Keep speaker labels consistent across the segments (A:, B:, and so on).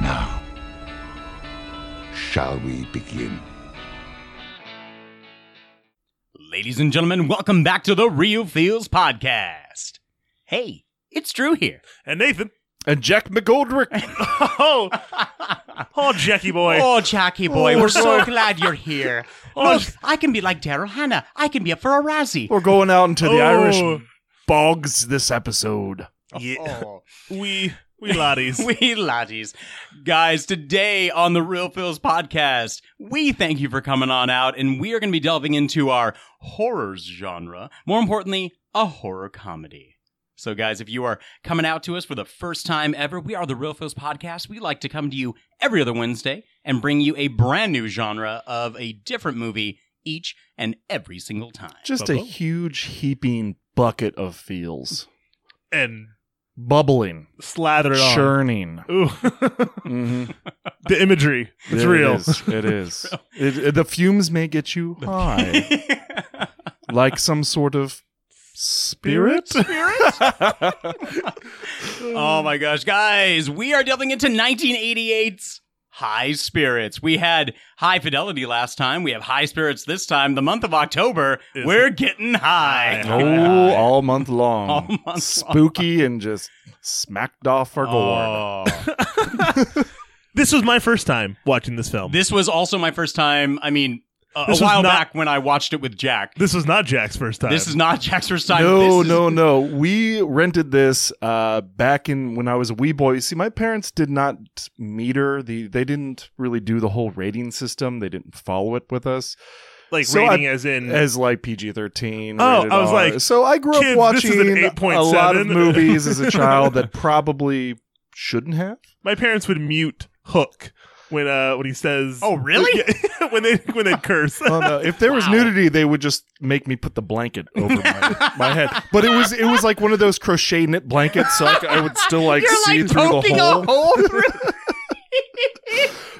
A: Now, shall we begin?
B: Ladies and gentlemen, welcome back to the Real Feels Podcast. Hey, it's Drew here.
C: And Nathan.
D: And Jack McGoldrick.
C: oh, oh, Jackie boy.
B: Oh, Jackie boy, we're so glad you're here.
C: Oh,
B: Look, I can be like Daryl Hannah. I can be up for a Razzie.
D: We're going out into the
C: Oh.
D: Irish bogs this episode.
C: Yeah.
B: Oh.
C: We we laddies.
B: we laddies. Guys, today on the Real Feels podcast, we thank you for coming on out, and we are going to be delving into our horrors genre. More importantly, a horror comedy. So, guys, if you are coming out to us for the first time ever, we are the Real Feels podcast. We like to come to you every other Wednesday and bring you a brand new genre of a different movie each and every single time.
D: Just a
C: Bubble.
D: huge heaping bucket of feels.
C: and
D: Bubbling,
C: slather it on.
D: churning.
C: Ooh.
D: Mhm.
C: the imagery. It's
D: It
C: real.
D: is. It is. It- it- the fumes may get you high, like some sort of spirit.
B: Oh my gosh, guys, we are delving into 1988's High Spirits. We had High Fidelity last time. We have High Spirits this time. The month of October,
C: Is-
B: we're getting high.
C: High.
D: Oh, all month long.
B: All month long.
D: Spooky and just smacked off our gourd.
B: Oh.
C: This was my first time watching this film.
B: this was also my first time. I mean, a, a
C: This was
B: while
C: not-
B: back when I watched it with Jack.
C: This was not Jack's first time.
B: This is not Jack's first time.
D: No,
B: This is-
D: no, no. We rented this uh, back in when I was a wee boy. See, my parents did not meter the. They didn't really do the whole rating system. They didn't follow it with us
C: like
D: So
C: rating
D: I-
C: as in
D: as like PG thirteen.
C: Oh, I was like,
D: so I grew up
C: "Kids, this
D: watching
C: is an
D: a lot of
C: 8.7."
D: movies as a child that probably shouldn't have.
C: my parents would mute Hook when uh when he says
B: Oh, really?
C: when they when they curse.
D: Oh, no. If there was
B: Wow.
D: nudity, they would just make me put the blanket over my, my head. But it was it was like one of those crochet knit blankets, so I, c- I would still like
B: You're
D: see
B: like
D: through the
B: poking
D: hole.
B: a
E: Oh,
B: hole through.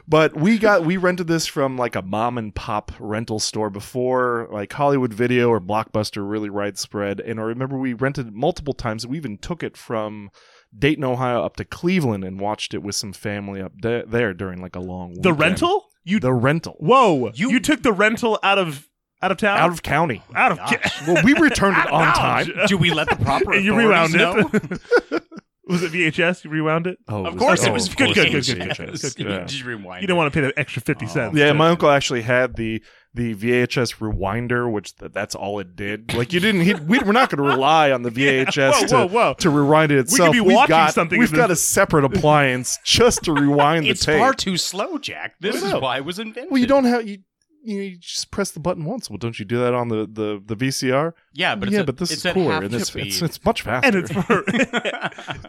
D: But we got we rented this from like a mom and pop rental store before like Hollywood Video or Blockbuster really widespread. And I remember we rented it multiple times. We even took it from Dayton, Ohio, up to Cleveland and watched it with some family up de- there during like a long
C: the
D: weekend.
C: rental? You
D: the rental
C: Whoa.
B: You-
C: You, took the rental out of out of town?
D: out of county.
C: out of
D: Well, we returned it on time.
B: Do we let the proper
C: And you
B: authorities
C: rewound
B: know?
C: it. was it VHS? You rewound it?
D: Oh,
B: Of course it
D: oh,
B: was.
D: of
C: Good,
D: course
C: good,
D: it was
C: good, good,
D: VHS.
C: good, good,
D: Yeah.
B: Just rewind
C: You don't
B: it.
C: want to pay the extra 50
B: Oh.
C: cents.
D: Yeah,
C: to-
D: my uncle actually had the the VHS rewinder, which th- that's all it did. Like you didn't, he, we, we're not going to rely on the VHS
C: Whoa, whoa,
D: to,
C: whoa.
D: to rewind it itself.
C: be
D: We've
C: watching
D: got-
C: something
D: We've
C: in
D: got a
C: this-
D: separate appliance just to rewind the
B: It's
D: tape.
B: far too slow, Jack. This is
D: know.
B: why it was invented.
D: well, you don't have you. You, know, you just press the button once. Well, don't you do that on the, the, the VCR?
B: Yeah, but it's
D: yeah,
B: at-
D: but this
B: it's
D: is
B: at
D: cooler
B: half
D: and
B: the
D: it's, it's
B: speed.
D: it's much faster.
C: and it's for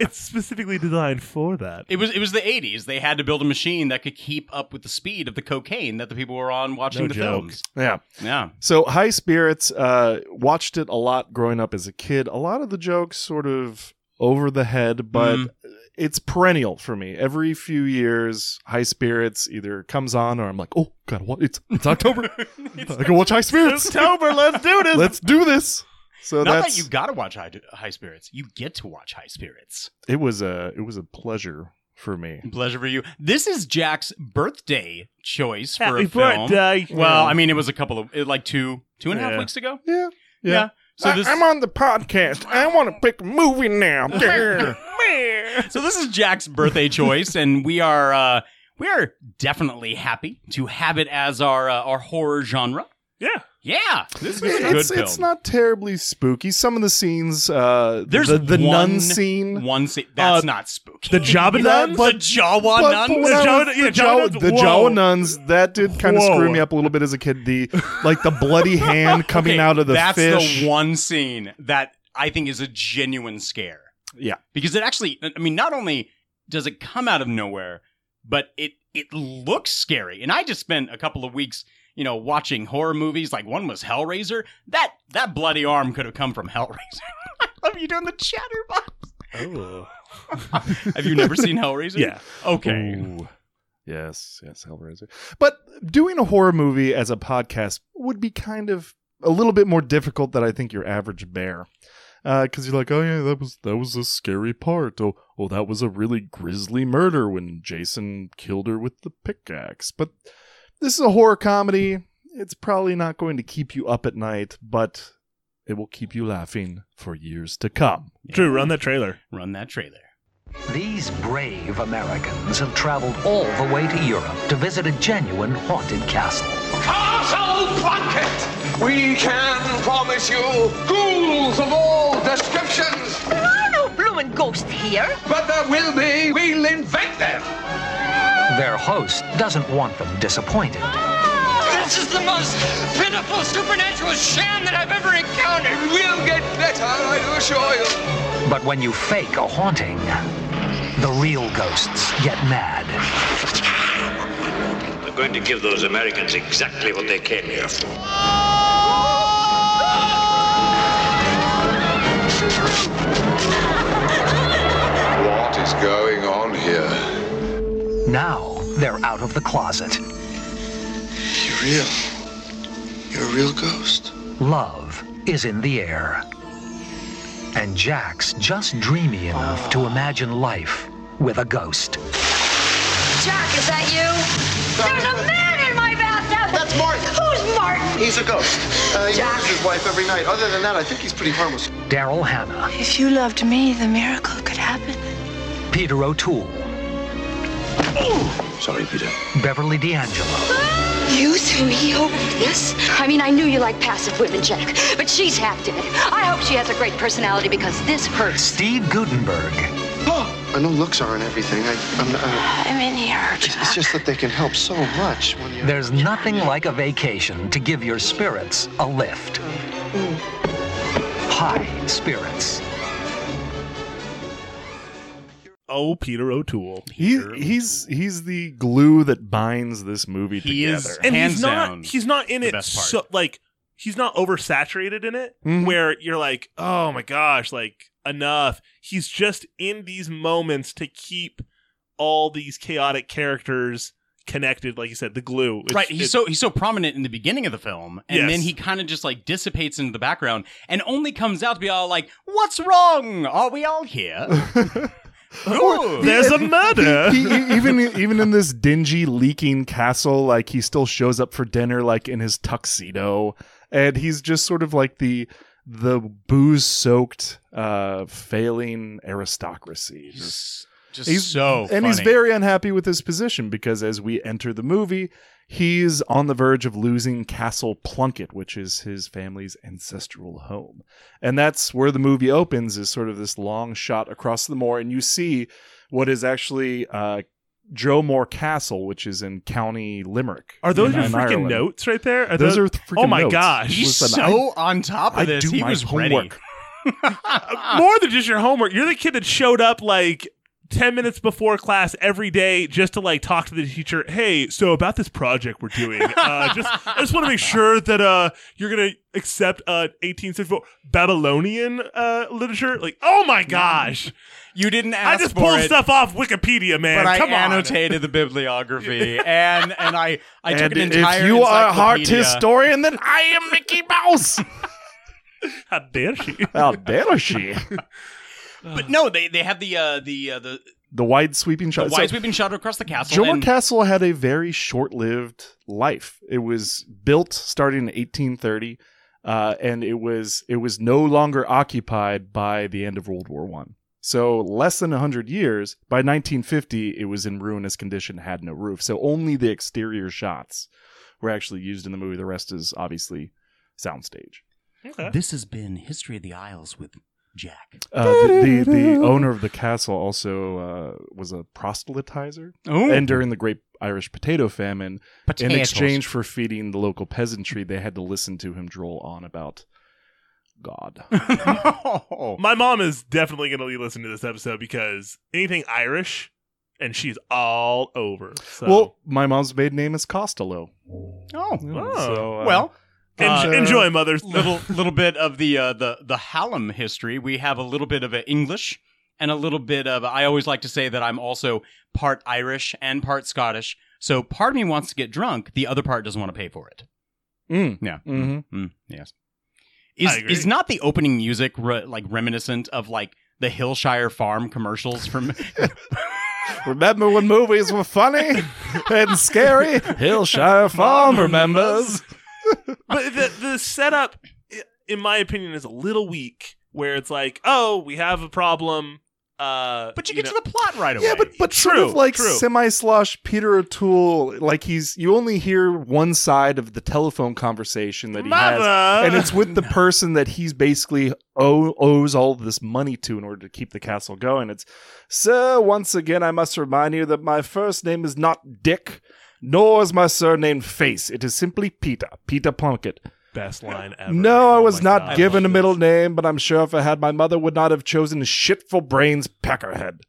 C: it's specifically designed for that.
B: It was it was the eighties. They had to build a machine that could keep up with the speed of the cocaine that the people were on watching
C: No
B: the
C: joke.
B: films.
D: yeah.
B: Yeah.
D: So High Spirits, uh, watched it a lot growing up as a kid. A lot of the jokes sort of over the head, but
B: Mm.
D: it's perennial for me. Every few years, High Spirits either comes on or I'm like, oh god, what? It's it's October. I can watch High Spirits.
C: October, let's do this.
D: Let's do this. So
B: Not
D: that's
B: that you gotta watch high, high Spirits. You get to watch High Spirits.
D: it was a it was a pleasure for me.
B: Pleasure for you. This is Jack's birthday choice for
C: Happy
B: a film.
C: birthday.
B: uh, Well, I mean, it was a couple of like two two and a half
C: Yeah.
B: weeks ago.
D: Yeah. Yeah.
B: So this
D: I'm on the podcast. I want to pick a movie now. Yeah.
B: so this is Jack's birthday choice, and we are uh, we are definitely happy to have it as our uh, our horror genre.
C: yeah.
B: Yeah, this is a good
D: it's,
B: film.
D: it's not terribly spooky. Some of the scenes, uh,
B: There's
D: the, the
B: one-
D: nun scene.
B: One scene that's
C: Uh,
B: not spooky.
C: The Jabba
D: Nuns?
B: the Jawa
D: But-
B: nuns.
D: but when I
C: The
D: was-
C: Jawa-
D: the
C: yeah,
D: Jawa,
C: Jawa
D: the
C: nuns- whoa.
D: Jawa nuns that did kind of
C: Whoa.
D: screw me up a little bit as a kid. The like the bloody hand
B: Okay,
D: coming out of the
B: that's
D: fish.
B: the one scene that I think is a genuine scare.
D: Yeah.
B: because it actually, I mean, not only does it come out of nowhere, but it it looks scary. And I just spent a couple of weeks, you know, watching horror movies. Like one was Hellraiser. That that bloody arm could have come from Hellraiser. I love you doing the chatterbox.
D: Oh.
B: Have you never seen Hellraiser?
C: Yeah.
B: Okay.
D: Ooh. Yes, yes, Hellraiser. But doing a horror movie as a podcast would be kind of a little bit more difficult than I think your average bear. Because you're like, oh yeah, that was that was a scary part. Oh, oh, that was a really grisly murder when Jason killed her with the pickaxe. But this is a horror comedy. It's probably not going to keep you up at night, but it will keep you laughing for years to come.
C: Drew, run that trailer.
B: Run that trailer.
F: These brave Americans have traveled all the way to Europe to visit a genuine haunted castle.
G: Castle Plunkett! We can promise you ghouls of all descriptions,
H: There are no bloomin' ghosts here.
G: but there will be. We'll invent them!
F: Their host doesn't want them disappointed.
H: Ah!
G: This is the most pitiful supernatural sham that I've ever encountered. We'll get better, I do assure you.
F: But when you fake a haunting, the real ghosts get mad.
I: They're going to give those Americans exactly what they came here for.
G: What is going on here?
F: Now they're out of the closet.
G: You're real. You're a real ghost.
F: Love is in the air. And Jack's just dreamy enough to imagine life with a ghost.
H: Jack, is that you? There's a man in my bathtub. That's Martin. Who's Martin?
J: He's a ghost. Uh, he murders his wife every night. Other than that, I think he's pretty harmless.
F: Daryl Hannah,
H: If you loved me, the miracle could happen.
F: Peter O'Toole,
I: Sorry, Peter.
F: Beverly D'Angelo,
H: You threw me over this? I mean, I knew you like passive women, Jack, but she's half dead. I hope she has a great personality because this hurts.
F: Steve Gutenberg,
J: I know looks aren't everything. I, I'm, I,
H: I'm in here,
J: it's, it's just that they can help so much when you.
F: There's nothing like a vacation to give your spirits a lift. High spirits.
C: Oh, Peter O'Toole.
D: He, he's he's the glue that binds this movie
B: He
D: together.
B: is
C: and
B: Hands
C: he's not
B: down,
C: he's not in
B: the
C: it
B: best part. Mm-hmm.
C: so like he's not oversaturated in it
D: Mhm.
C: where you're like oh my gosh like enough he's just in these moments to keep all these chaotic characters connected like you said the glue It's-
B: right, he's
C: it's-
B: so he's so prominent in the beginning of the film, and
C: Yes.
B: then he kind of just like dissipates into the background, and only comes out to be all like, "What's wrong? Are we all here?" Ooh.
C: there's a murder
D: he, he- even even in this dingy leaking castle like he still shows up for dinner like in his tuxedo and he's just sort of like the the booze soaked uh failing aristocracy Just-
B: He's just so,
D: and he's
B: funny.
D: very unhappy with his position because as we enter the movie he's on the verge of losing castle plunkett which is his family's ancestral home and that's where the movie opens is sort of this long shot across the moor and you see what is actually uh joe moore castle which is in county limerick
C: are those
D: in-
C: your
D: in
C: freaking
D: Ireland.
C: notes right there are
D: those are th- freaking
C: oh my
D: notes.
C: gosh
B: He's
D: Listen,
B: so on top of
D: I
B: this.
D: do
B: he
D: my
B: was
D: homework.
B: ready.
C: more than just your homework you're the kid that showed up like 10 minutes before class every day just to like talk to the teacher hey so about this project we're doing uh, just i just want to make sure that uh you're gonna accept uh 1864 babylonian uh literature like oh my gosh
B: you didn't ask
C: i just
B: for
C: pulled
B: it.
C: stuff off wikipedia man
B: but I
C: come on
B: annotated the bibliography, and and I I took
D: and
B: an entire.
D: if you are a heart
B: encyclopedia.
D: historian then i am mickey mouse
C: how dare she
D: how dare she
B: but no, they they have the uh, the uh, the
D: the wide sweeping shot
B: the
D: So-
B: wise we've been shot across the castle.
D: Joel
B: and-
D: Castle had a very short-lived life. It was built starting in 1830, uh, and it was it was no longer occupied by the end of World War One. So less than 100 years. By 1950, it was in ruinous condition, had no roof. So only the exterior shots were actually used in the movie. The rest is obviously soundstage.
B: This has been History of the Isles with Jack.
D: Uh, the, the the owner of the castle also uh, was a proselytizer.
B: Oh,
D: And during the Great Irish Potato Famine, in
B: Potatoes.
D: exchange for feeding the local peasantry, they had to listen to him droll on about God.
C: my mom is definitely gonna be listening to this episode because anything irish and she's all over. So.
D: Well, my mom's maiden name is Costello.
B: Oh,
D: so, uh,
B: well.
C: En- enjoy, mother.
B: little little bit of the uh, the the Hallam history. We have a little bit of uh, English and a little bit of. I always like to say that I'm also part Irish and part Scottish. So part of me wants to get drunk. The other part doesn't want to pay for it.
D: Mm.
B: Yeah.
D: Mm-hmm.
B: Mm. Yes. Is
C: I agree.
B: is not the opening music re- like reminiscent of like the Hillshire Farm commercials from
D: Remember when movies were funny and scary? Hillshire Farm remembers.
C: but the the setup, i- in my opinion, is a little weak. Where it's like, oh, we have a problem. Uh,
B: but you get to the plot right
C: away.
D: Yeah, but but
C: true,
D: sort of like
C: true.
D: semi slosh Peter O'Toole, like he's you only hear one side of the telephone conversation that he
C: Mother!
D: has, and it's with the person that he's basically owe, owes all this money to in order to keep the castle going. It's sir. Once again, I must remind you that my first name is not Dick, nor is my surname Face. It is simply Peter, Peter Plunkett.
C: Best line ever. Oh
D: No, I was not
C: God.
D: given a middle name, but I'm sure if I had, my mother would not have chosen shit for brains peckerhead.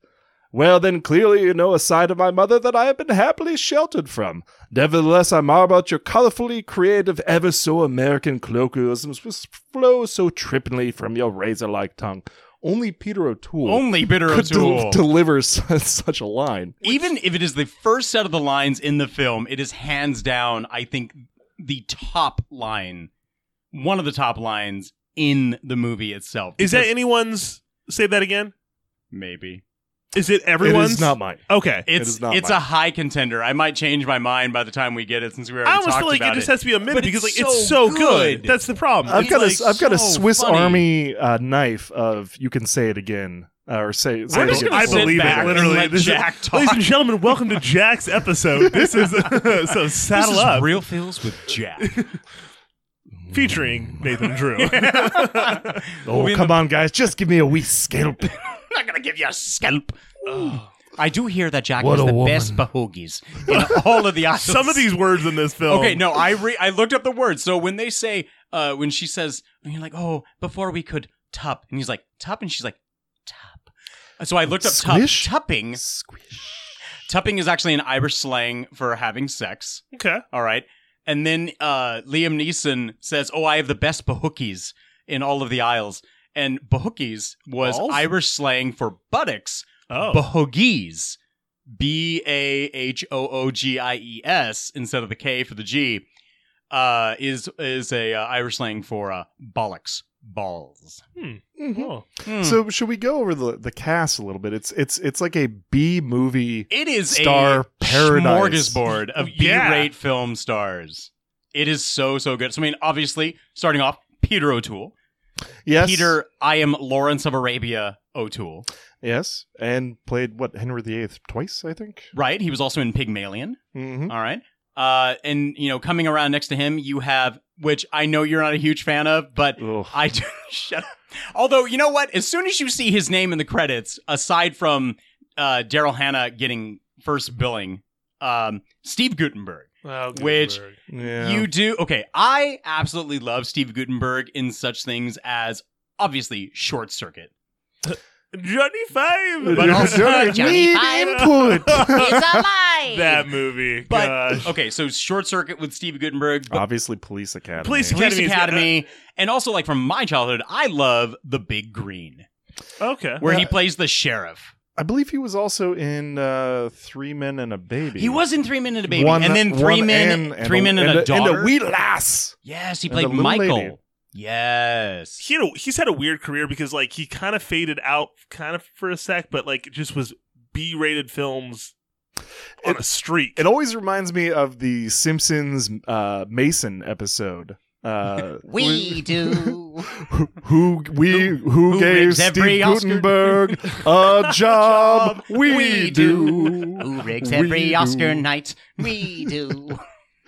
D: Well, then clearly you know a side of my mother that I have been happily sheltered from. Nevertheless, I marvel at your colorfully creative, ever so American colloquialisms which flow so trippingly from your razor like tongue. Only Peter O'Toole.
B: Only Peter
D: could del-
B: O'Toole.
D: delivers such a line.
B: even if it is the first set of the lines in the film, it is hands down, I think, the top line, one of the top lines in the movie itself.
C: Is that
B: Because-
C: anyone's? Say that again.
B: maybe?
C: Is it everyone's? Okay,
B: It's it's a high contender. I might change my mind by the time we get it, since we already
C: I almost
B: talked
C: feel like it
B: about
C: just has to be a minute
B: But
C: because like it's so good. That's the problem.
D: I've
C: It's
D: got
C: like,
D: a I've got a
C: so
D: Swiss
C: funny.
D: Army uh, knife of you can say it again uh, or say. say it
C: just
D: again.
C: gonna I sit believe it, back and literally. let This is- Jack talk. ladies and gentlemen, welcome to Jack's episode. This is so saddle
B: This is
C: up.
B: Real feels with Jack.
C: featuring Nathan Drew.
D: Oh come on, guys! Just give me a wee scalp.
B: I'm not gonna give you a scalp. I do hear that Jack
D: What
B: is
D: a
B: the
D: woman.
B: best bahogis in all of the islands.
C: Some of these words in this film.
B: Okay, no, I re- I looked up the words. So when they say, uh, when she says, and you're like, oh, before we could tup, and he's like tup, and she's like tup. Uh, So I looked up tup.
D: Squish?
B: Tupping. Squish. Tupping is actually an Irish slang for having sex.
C: Okay.
B: All right. And then uh, Liam Neeson says, oh, I have the best bahookies in all of the Isles. And bahookies was
C: Balls?
B: Irish slang for buttocks.
C: Oh.
B: Bahogies. B A H O O G I E S instead of the K for the G uh, is is a uh, Irish slang for uh, bollocks, balls. Mm-hmm.
C: Mhm.
D: Oh.
B: Hmm.
D: So should we go over the the cast a little bit? It's it's it's like a B movie.
B: It is
D: star
B: a
D: paradise
B: smorgasbord of
C: Yeah.
B: B-rate film stars. It is so so good. So I mean, obviously, starting off, Peter O'Toole.
D: Yes,
B: Peter, I am Lawrence of Arabia O'Toole.
D: Yes, and played what Henry VIII twice, I think.
B: Right. He was also in Pygmalion.
D: Mhm.
B: All right. Uh, and you know, coming around next to him, you have which I know you're not a huge fan of, but I do. Shut up. Although you know what, as soon as you see his name in the credits, aside from uh, Daryl Hannah getting first billing, um, Steve Gutenberg,
C: Oh,
B: which
C: Gutenberg.
D: Yeah.
B: you do. Okay, I absolutely love Steve Gutenberg in such things as obviously Short Circuit.
C: Johnny Five,
B: But also Johnny Five.
D: input.
B: alive.
C: that movie.
B: But
C: Gosh.
B: okay, so Short Circuit with Steve Gutenberg, but
D: Obviously, Police Academy.
B: Police Academy,
C: Academy is-
B: and also like from my childhood, I love The Big Green,
C: Okay.
B: where he
D: Yeah.
B: plays the sheriff.
D: I believe he was also in uh, Three Men and a Baby.
B: He was in Three Men and a Baby, and then Three
D: one
B: Men,
D: and- and
B: Three Men and, a Daughter,
D: and a wee lass.
B: Yes, he
D: And a
B: played
D: little lady.
B: Michael. Yes,
C: He had a, he's had a weird career because like he kind of faded out, kind of for a sec, but like just was B-rated films on a streak.
D: It always reminds me of the Simpsons uh, Mason episode. Uh,
B: we do.
D: who we who,
B: who
D: gave
B: rigs every
D: Steve
B: Oscar?
D: Gutenberg a job? we, do.
B: Who rigs
D: We
B: every
D: do.
B: Oscar night? We do.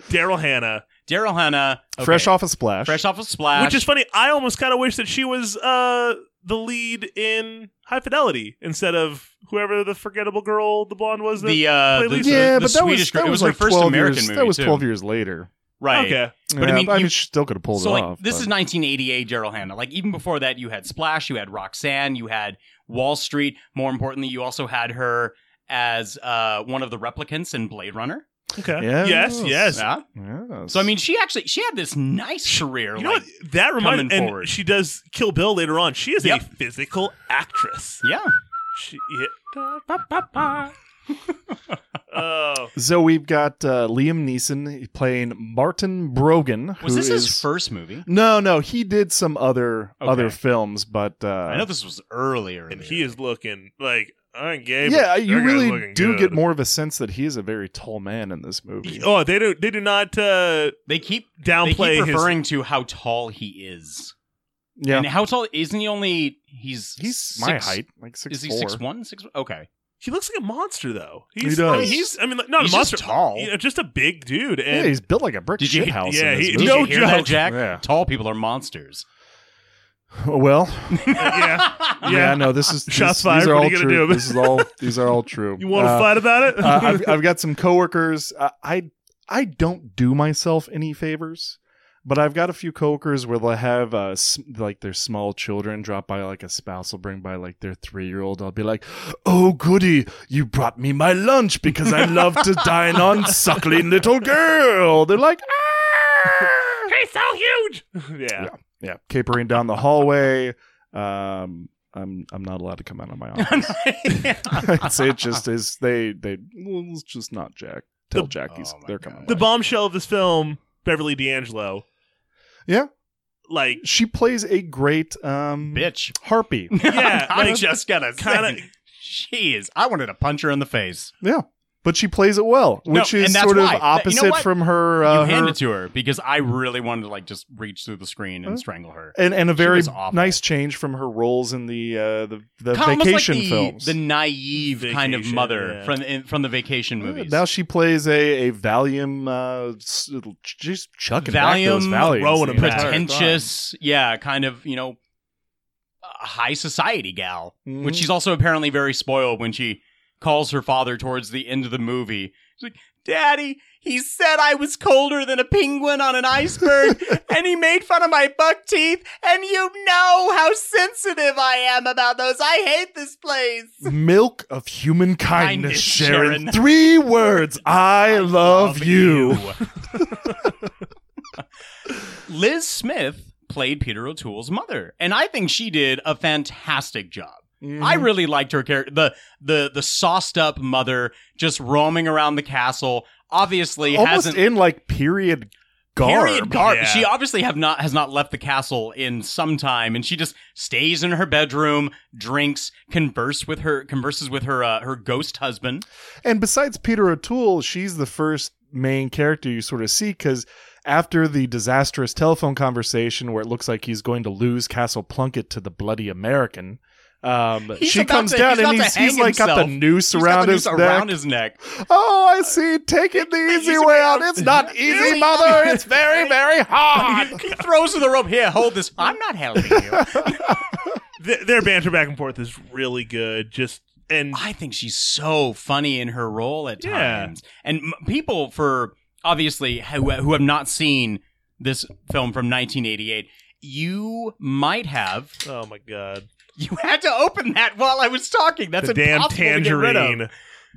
C: Daryl Hannah,
B: Daryl Hannah, okay.
D: Fresh off a splash.
B: fresh off of Splash,
C: which is funny. I almost kind of wish that she was uh the lead in High Fidelity instead of whoever the forgettable girl, the blonde was. That
B: the uh,
C: played
B: the,
C: Lisa.
D: yeah,
B: the
D: but that
B: Swedish
D: was
B: girl.
D: that
B: it
D: was
B: was
D: like
B: her first
D: 12
B: American
D: years,
B: movie.
D: That was
B: too.
D: twelve years later.
B: right?
C: Okay.
B: But I mean, you-
D: she still could have pulled
B: so
D: it
B: like
D: off.
B: this
D: but-
B: is 1988 Daryl Hannah. Like even before that, you had Splash, you had Roxanne, you had Wall Street. More importantly, you also had her as uh, one of the replicants in Blade Runner.
C: Okay. Yes, yes.
B: Yeah. So I mean, she actually she had this nice career.
C: You know
B: like,
C: what? That
B: coming
C: reminds and
B: forward.
C: she does Kill Bill later on. She is
B: Yep.
C: a physical actress.
B: Yeah.
C: She, yeah. oh.
D: So we've got uh, Liam Neeson playing Martin Brogan.
B: Was
D: who
B: this his
D: is-
B: first movie?
D: No, no, he did some other
B: Okay.
D: other films, but uh,
B: I know this was earlier.
C: And he is looking like I'm gay. but
D: yeah, you
C: that guy's
D: really
C: looking
D: do
C: good.
D: get more of a sense that he is a very tall man in this movie.
C: Oh, they do. They do not. Uh,
B: they keep
C: downplay
B: they keep
C: his-
B: referring to how tall he is.
D: Yeah.
B: And how tall isn't he? Only he's
D: He's
B: six,
D: my height, like
B: Is he
D: 6'4"..
B: six one? Six okay.
C: He looks like a monster though.
D: He
C: He's, I mean,
D: does.
C: he's. I mean, like, not
B: He's
C: a
B: just
C: monster.
B: tall.
C: You know, just a big dude. And
D: yeah, he's built like a brick
B: Did you-
D: shit house.
C: yeah,
D: in this
C: he-
D: movie.
B: Did
C: No
B: you hear that,
C: joke.
B: Jack?
D: Yeah.
B: Tall people are monsters.
D: Well,
C: yeah,
D: yeah, no, this is
C: shots
D: these,
C: fired.
D: These are
C: what
D: all
C: are you gonna
D: true.
C: do?
D: this is all these are all true.
C: You want to
D: Uh,
C: fight about it?
D: uh, I've, I've got some coworkers. Uh, I I don't do myself any favors, but I've got a few coworkers where they'll have uh, s- like their small children drop by, like a spouse will bring by like their three year old. I'll be like, "Oh goody, you brought me my lunch because I love to dine on suckling little girl." They're like, "Ah!"
C: He's so huge. yeah.
D: "Yeah, capering down the hallway." Um, I'm I'm not allowed to come out of my office. it's, it just is. They they well, it's just not Jack. Tell Jack he's
B: Oh
D: they're coming.
C: The bombshell of this film, Beverly D'Angelo.
D: Yeah.
C: Like
D: She plays a great um
B: bitch
D: harpy.
C: yeah,
B: I
C: like-
B: just gotta
C: Kinda-
B: say, she is. I wanted to punch her in the face.
D: yeah, but she plays it well,
B: No,
D: which
B: and
D: is
B: that's
D: sort of
B: why. Th- you know
D: opposite
B: what?
D: from her. Uh,
B: you hand
D: her-
B: it to her because I really wanted to like just reach through the screen and strangle her.
D: and and a
B: She
D: very
B: was awful.
D: nice change from her roles in the uh, the the
B: Kinda almost like
D: vacation
B: the,
D: films.
B: the naive kind of
C: Vacation,
B: mother
C: yeah.
B: from in, from the vacation movies.
D: now she plays a a Valium. Uh, s- she's chucking
B: Valium,
D: back those Valiums
C: throwing
D: the
C: them
D: entire
B: pretentious, yeah, kind of you know, a high society gal.
D: Mhm.
B: Which she's also apparently very spoiled when she calls her father towards the end of the movie. She's like, "Daddy, he said I was colder than a penguin on an iceberg, and he made fun of my buck teeth. And you know how sensitive I am about those. I hate this place."
D: time. Milk of human kindness,
B: Kindness,
D: Sharon.
B: Sharon.
D: Three words. I, love, you.
B: Liz Smith played Peter O'Toole's mother, and I think she did a fantastic job.
D: Mhm.
B: I really liked her character, the the the sauced up mother just roaming around the castle. Obviously,
D: Almost
B: hasn't
D: in like period garb.
B: Period garb.
C: Yeah.
B: She obviously have not has not left the castle in some time, and she just stays in her bedroom, drinks, converse with her converses with her uh, her ghost husband.
D: And besides Peter O'Toole, she's the first main character you sort of see because after the disastrous telephone conversation where it looks like he's going to lose Castle Plunkett to the bloody American, um,
B: He's
D: she
B: about
D: comes
B: to-
D: down
B: he's
D: and
B: about
D: he's,
B: to hang
D: he's like got the
B: himself.
D: noose
B: She's got
D: around
B: the
D: his
B: noose
D: neck.
B: around his neck.
D: Oh, I see. Taking the
B: Take the
D: easy
B: easy
D: way
B: way
D: out. It's not easy, mother. It's very, very hard.
B: he throws her the rope. Here, hold this. I'm not helping you.
C: Th- their banter back and forth is really good. Just and
B: I think she's so funny in her role at
C: Yeah.
B: times. And m- people for obviously who, who have not seen this film from 1988, you might have.
C: oh my god,
B: You had to open that while I was talking. That's
C: the damn
B: impossible to get rid of.
C: tangerine.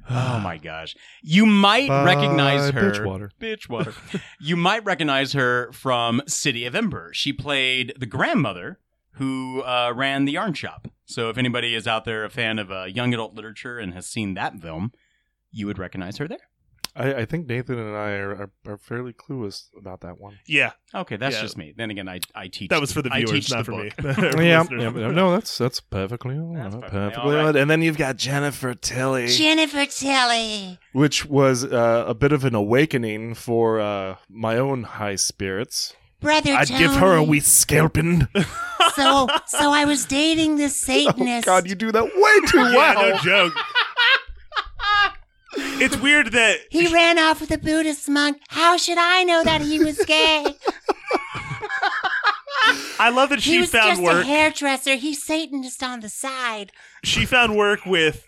B: Oh my gosh. You might
D: Bye,
B: recognize her.
D: Bitchwater.
B: Bitchwater. you might recognize her from City of Ember. She played the grandmother who uh, ran the yarn shop. So if anybody is out there a fan of uh, young adult literature and has seen that film, you would recognize her there.
D: I, I think Nathan and I are, are, are fairly clueless about that one.
C: Yeah,
B: Okay, that's
C: Yeah.
B: just me. Then again, I, I teach.
C: that was for the
B: I
C: viewers,
B: teach the
C: not for me.
B: book.
D: Yeah,
C: For
D: yeah,
C: listeners.
D: but no, that's that's perfectly all
B: That's
D: right,
B: perfectly all
D: perfectly
B: right.
D: all right. And then you've got Jennifer Tilly,
K: Jennifer Tilly.
D: which was uh, a bit of an awakening for uh, my own high spirits.
K: Brother
D: I'd
K: Tony.
D: give her a wee scalping.
K: So, so I was dating this
C: Oh,
K: Satanist.
D: God, you do that way too
C: yeah,
D: well.
C: no joke. it's weird that
K: he ran off with a Buddhist monk. How should I know that he was gay?
C: I love that
K: he
C: she
K: was just
C: found work.
K: a hairdresser. He's Satanist on the side.
C: she found work with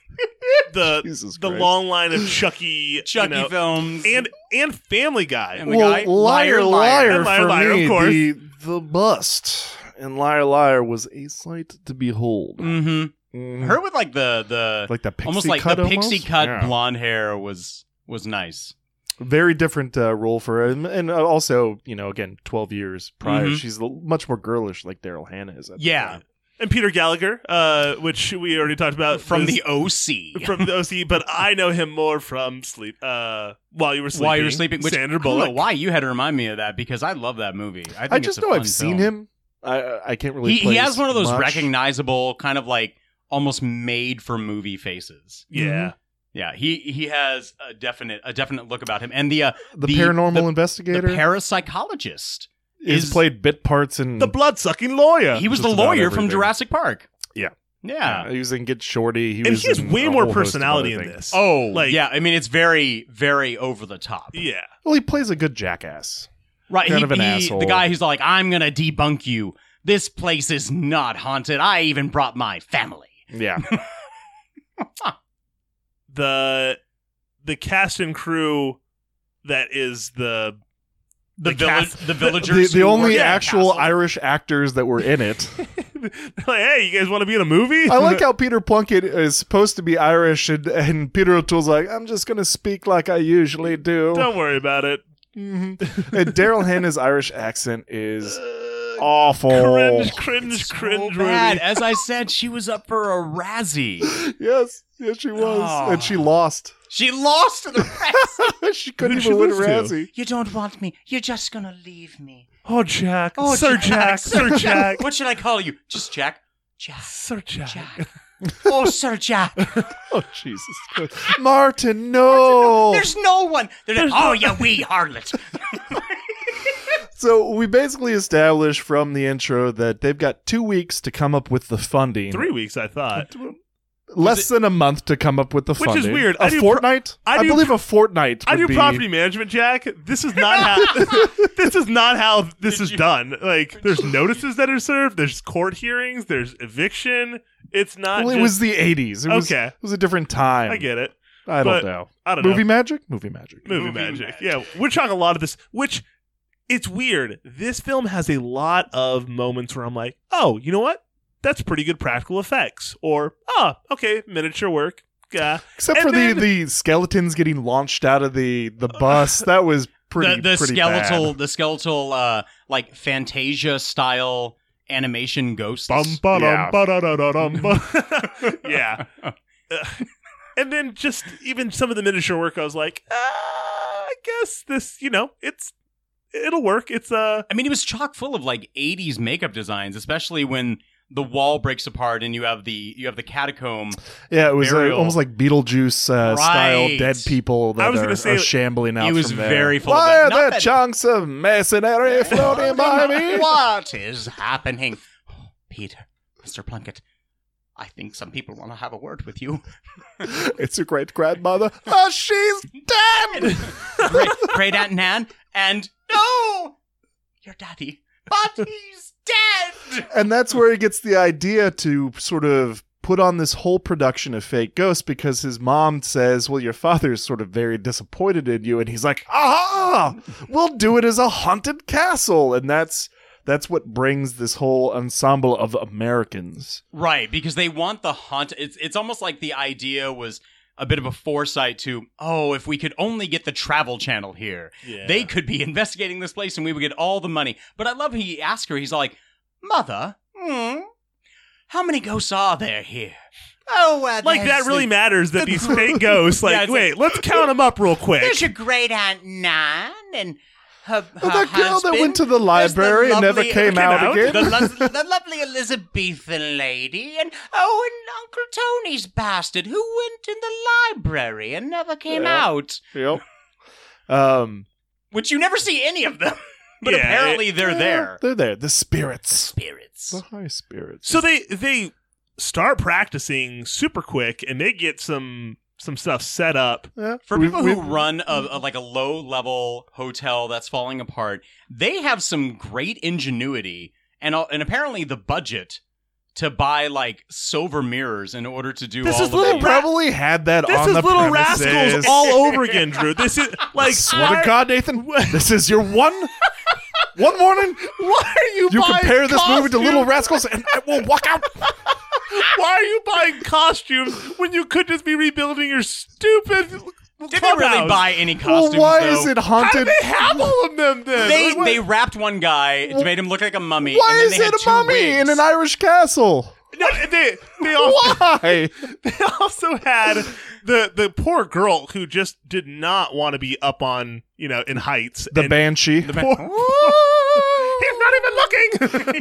C: the
D: Jesus
C: the
D: Christ.
C: long line of Chucky,
B: Chucky
C: you know,
B: films.
C: and and Family Guy.
B: And the
D: Well,
B: guy-
D: liar,
B: liar,
D: liar,
C: liar. Liar,
D: for
C: liar, of
D: me.
C: course.
D: The, the bust and liar, liar was a sight to behold. Mm.
B: Mm-hmm. Her with like the the
D: Like the pixie
B: almost like
D: cut
B: the pixie
D: almost?
B: cut
D: Yeah.
B: blonde hair was was nice.
D: very different uh, role for her, and, and uh, also you know again twelve years prior,
B: Mm-hmm.
C: Mhm.
D: she's l- much more girlish like Daryl Hannah is. At
C: Yeah. And Peter Gallagher, uh, which we already talked about
B: From
C: was-
B: the E. OC.
C: Uh, from the OC, but I know him more from sleep. Uh, while you were sleeping,
B: While you were sleeping, which
C: Sandra
B: I
C: Bullock.
B: don't know why you had to remind me of that because I love that movie. I, think
D: I,
B: it's
D: just
B: a
D: know
B: fun
D: I've seen
B: film.
D: him. I- I I can't really.
B: He, he
D: place
B: has one of those
D: much.
B: recognizable kind of like almost made for movie faces.
C: Yeah.
B: Mm-hmm. Yeah, he he has a definite a definite look about him, and the uh,
D: The, paranormal
B: the-
D: investigator
B: the parapsychologist.
D: is,
B: is-
D: played bit parts in
C: the blood sucking lawyer.
B: He was the
D: Just about
B: lawyer from
D: everything.
B: Jurassic Park.
D: Yeah.
B: Yeah.
D: he was in Get Shorty. He
C: and
D: was
C: he has
D: in
C: way
D: a
C: more
D: whole host of
C: personality
D: other
C: in
D: things.
C: this.
B: Oh,
C: like
B: yeah. I mean, it's very, very over the top.
C: Yeah.
D: Well, he plays a good jackass.
B: Right.
D: Kind
B: he-
D: of an
B: he-
D: asshole.
B: The guy who's like, I'm going to debunk you. This place is not haunted. I even brought my family.
D: Yeah.
C: the the cast and crew that is the the,
B: village-
C: cast-
B: the villagers
D: The, the only
C: Yeah.
D: actual Irish actors that were in it.
C: like, hey, you guys want to be in a movie?
D: I like how Peter Plunkett is supposed to be Irish, and, and Peter O'Toole's like, I'm just going to speak like I usually do.
C: Don't worry about it.
D: and Daryl Hannah's Irish accent is awful.
C: Uh,
D: Oh,
C: Cringe, cringe, cringe.
B: Bad.
C: movie.
B: As I said, she was up for a Razzie.
D: Yes, yes, she was. And
C: Ah.
D: she lost.
B: She lost to the Razzie.
D: she couldn't even win a Razzie.
B: You don't want me. You're just going to leave me.
C: Oh, Jack. Sir Jack. Sir Jack.
B: What should I call you? Just Jack. Jack.
C: Sir Jack.
B: oh, Sir Jack.
D: Oh, Jesus. Martin,
C: Oh.
D: no.
B: There's no one. There's
D: There's
B: oh,
D: no-
B: you wee harlot.
D: So we basically established from the intro that they've got two weeks to come up with the funding.
C: Three weeks, I thought.
D: Less than a month to come up with the
C: Which
D: funding.
C: is weird.
D: A
C: I do pro-
D: fortnight?
C: I do
D: believe
C: pro-
D: a fortnight.
C: I
D: would
C: do
D: be-
C: property management, Jack. This is not how. this is not how this is done. Like, there's notices that are served. There's court hearings. There's eviction. It's not.
D: Well, it
C: just-
D: was the 80s. It was,
C: okay,
D: It was a different time.
C: I get it.
D: I don't
C: But
D: know.
C: I don't know.
D: Movie magic? Movie magic.
C: Movie, magic. Yeah, we're talking a lot of this. Which it's weird. This film has a lot of moments where I'm like, oh, you know what? That's pretty good practical effects. Or ah, okay, miniature work. Yeah.
D: Except
C: And
D: for
C: then-
D: the, the skeletons getting launched out of the, the bus. That was pretty
B: the, the
D: pretty
B: skeletal,
D: bad.
B: the skeletal, uh, like Fantasia style animation ghosts.
C: Bum, ba-dum,
B: Yeah.
C: ba-da-da-da-dum, ba- yeah. Uh, and then just even some of the miniature work, I was like, ah, I guess this, you know, it's it'll work. It's uh,
B: I mean, it was chock full of like '80s makeup designs, especially when the wall breaks apart and you have the you have the catacomb.
D: Yeah, it was uh,
B: burial.
D: almost like Beetlejuice uh, style
B: Right.
D: dead people that
B: I was
D: are,
B: gonna say,
D: are shambling out.
B: it was
D: from there.
B: very full of
D: Why
B: that-
D: are
B: not
D: there
B: that-
D: chunks of masonry floating by me?
B: What is happening, Peter, Mister Plunkett? I think some people want to have a word with you.
D: It's your great grandmother. Oh, she's dead.
B: great, great Aunt Nan, and no, your daddy, but he's dead.
D: and that's where he gets the idea to sort of put on this whole production of fake ghosts because his mom says, "Well, your father's sort of very disappointed in you," and he's like, "Aha! We'll do it as a haunted castle," and that's that's what brings this whole ensemble of Americans.
B: Right, because they want the haunt. It's it's almost like the idea was a bit of a foresight to oh, if we could only get the Travel Channel here,
C: Yeah.
B: they could be investigating this place and we would get all the money. But I love he asked her. He's like, Mother, hmm, how many ghosts are there here? Oh, uh,
C: like that
B: there's
C: really
B: the-
C: matters that
B: the-
C: these fake ghosts. Like,
B: Yeah, it's
C: wait, let's count them up real quick.
B: There's your great aunt Nan and her, her
D: Well, Oh, that girl that
B: Uh, husband.
D: went to the
B: There's the
D: library and never
B: lovely-
D: came out, again.
B: The, lo- the lovely Elizabethan lady, and oh, and Uncle Tony's bastard who went in the library and never came
D: Yeah.
B: out.
D: Yep. Um,
B: Which you never see any of them, but
C: Yeah,
B: apparently
C: it-
B: they're
C: Yeah.
B: there.
D: they're there. The spirits.
B: Spirits.
D: The high spirits.
C: So they they start practicing super quick, and they get some some stuff set up.
B: For people who run a, a- like a low level hotel that's falling apart, they have some great ingenuity and uh, and apparently the budget to buy like silver mirrors in order to do
C: This
B: all
C: is
B: of
C: little
B: the-
C: ra-
D: probably had that
C: This
D: on
C: is
D: the
C: Little
D: premises.
C: Rascals all over again, Drew. This is like
D: Swear
C: why-
D: to God, Nathan, this is your one, one warning.
B: Why are
D: You
B: buying
D: compare this movie to Little
B: costumes?
D: Rascals, and I will walk out.
C: Why are you buying costumes when you could just be rebuilding your stupid?
B: Did they really buy any
C: Well,
B: costumes?
C: why
B: though?
C: is it haunted? How did they have all of them then?
B: They
C: Like, what-
B: they wrapped one guy. It made him look like a mummy.
D: Why
B: and then
D: is
B: they had
D: it a
B: two
D: mummy
B: wigs.
D: in an Irish castle?
C: No, they they also,
D: Why?
C: They also had the the poor girl who just did not want to be up on you know in heights.
D: The banshee,
C: He's not even looking.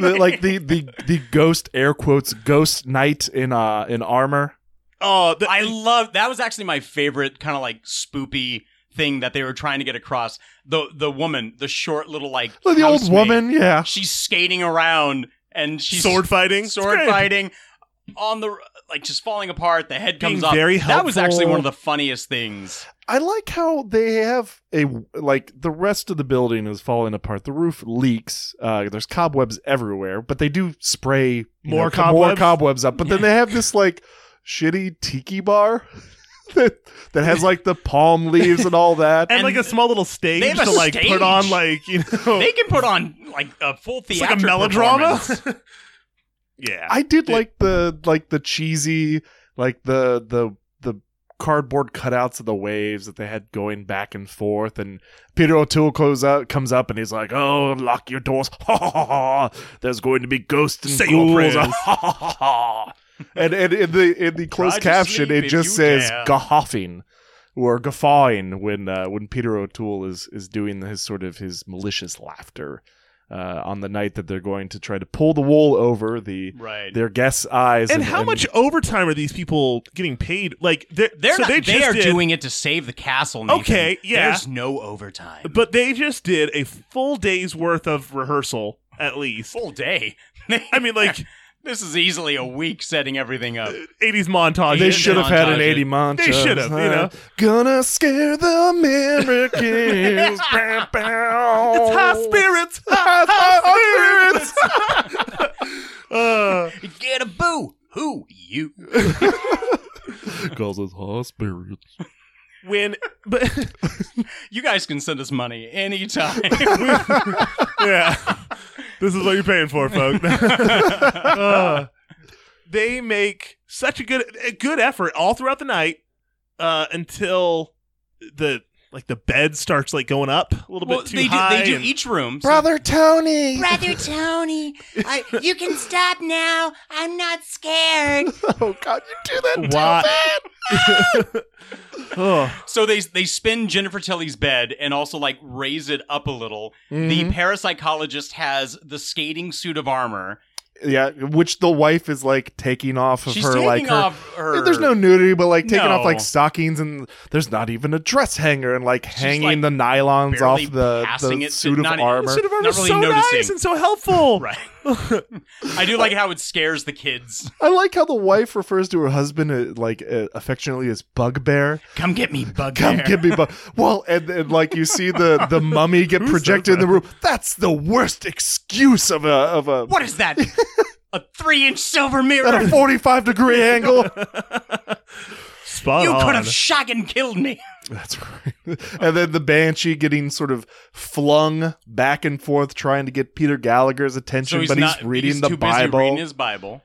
D: The- like the, the the ghost air quotes ghost knight in uh in armor.
C: Oh,
B: I love that was actually my favorite kind of like spoopy thing that they were trying to get across. The the woman, the short little like
D: Like the old
B: housemaid,
D: woman, yeah.
B: She's skating around and she's
C: Sword fighting?
B: sword
C: It's great.
B: fighting on the like just falling apart. The head comes
D: Being
B: off.
D: very
B: That was actually
D: helpful.
B: one of the funniest things.
D: I like how they have a like the rest of the building is falling apart. The roof leaks. Uh, there's cobwebs everywhere, but they do spray you
C: More
D: know, co- more
C: cobwebs?
D: cobwebs up. But then they have this like shitty tiki bar that that has like the palm leaves and all that,
C: and, like a small little stage
B: They have a
C: to like
B: stage.
C: put on like you know
B: They can put on like a full
C: Oh. it's like
B: theatrical
C: a melodrama.
B: performance.
C: yeah,
D: I did like the like the cheesy like the the the cardboard cutouts of the waves that they had going back and forth and Peter O'Toole goes out comes up and he's like, "Oh, lock your doors. Ha ha ha. ha. There's going to be ghosts and
C: Say your
D: ghouls. Ha
C: prayers.
D: ha ha ha." And and in the in the closed
C: to
D: caption
C: sleep
D: it
C: if
D: just
C: you
D: says
C: dare.
D: "gahuffing" or guffawing when uh, when Peter O'Toole is is doing his sort of his malicious laughter uh, on the night that they're going to try to pull the wool over the
C: Right.
D: their guests' eyes.
C: And how much overtime are these people getting paid? Like they're,
B: They're
C: so
B: not,
C: they
B: they,
C: just
B: are
C: did-
B: doing it to save the castle. Nathan.
C: Okay, yeah.
B: There's no overtime.
C: But they just did a full day's worth of rehearsal, at least.
B: Full day.
C: I mean, like
B: This is easily a week setting everything up.
C: 80s montage.
D: They should have had an eighty montage.
C: They should have, you know.
D: Gonna scare the Americans. Bam, bam.
C: It's high spirits. High,
D: high spirits.
C: Uh,
B: Get a boo. Who you?
D: Because it's high spirits.
C: when, but
B: You guys can send us money anytime.
C: yeah, this is what you're paying for, folks. Uh, they make such a good a good effort all throughout the night uh, until the like the bed starts like going up a little
B: Well,
C: bit too
B: they do- they
C: high.
B: do
C: and-
B: each room,
D: Brother Tony.
K: Brother Tony, I, you can stop now. I'm not scared.
D: Oh God, you do that
C: Why-
B: So they they spin Jennifer Tilly's bed and also like raise it up a little. The
D: Mhm.
B: parapsychologist has the skating suit of armor.
D: Yeah, which the wife is like taking off of
B: She's
D: her
B: taking
D: like her,
B: off her-
D: There's no nudity, but like taking off
B: No.
D: like stockings and there's not even a dress hanger and like hanging the nylons off
B: barely
D: the,
B: passing
D: the
B: it to-
D: suit of
B: not-
D: armor.
C: Suit of armor's
B: really
C: so nice
B: noticing.
C: and so helpful.
B: Right. I do like how it scares the kids.
D: I like how the wife refers to her husband uh, like uh, affectionately as bugbear.
B: Come get me, bug.
D: Come give me bug. Well, and, and like you see the the mummy get projected in the room. That's the worst excuse of a of a
B: What is that? a three inch silver
D: at a
B: mirror.
D: forty five degree angle.
C: Spot
B: You
C: on.
B: could have shot and killed me.
D: That's right. And then the banshee getting sort of flung back and forth, trying to get Peter Gallagher's attention,
B: So he's
D: but
B: not
D: he's reading
B: he's
D: the
B: too
D: Bible.
B: Busy reading his Bible.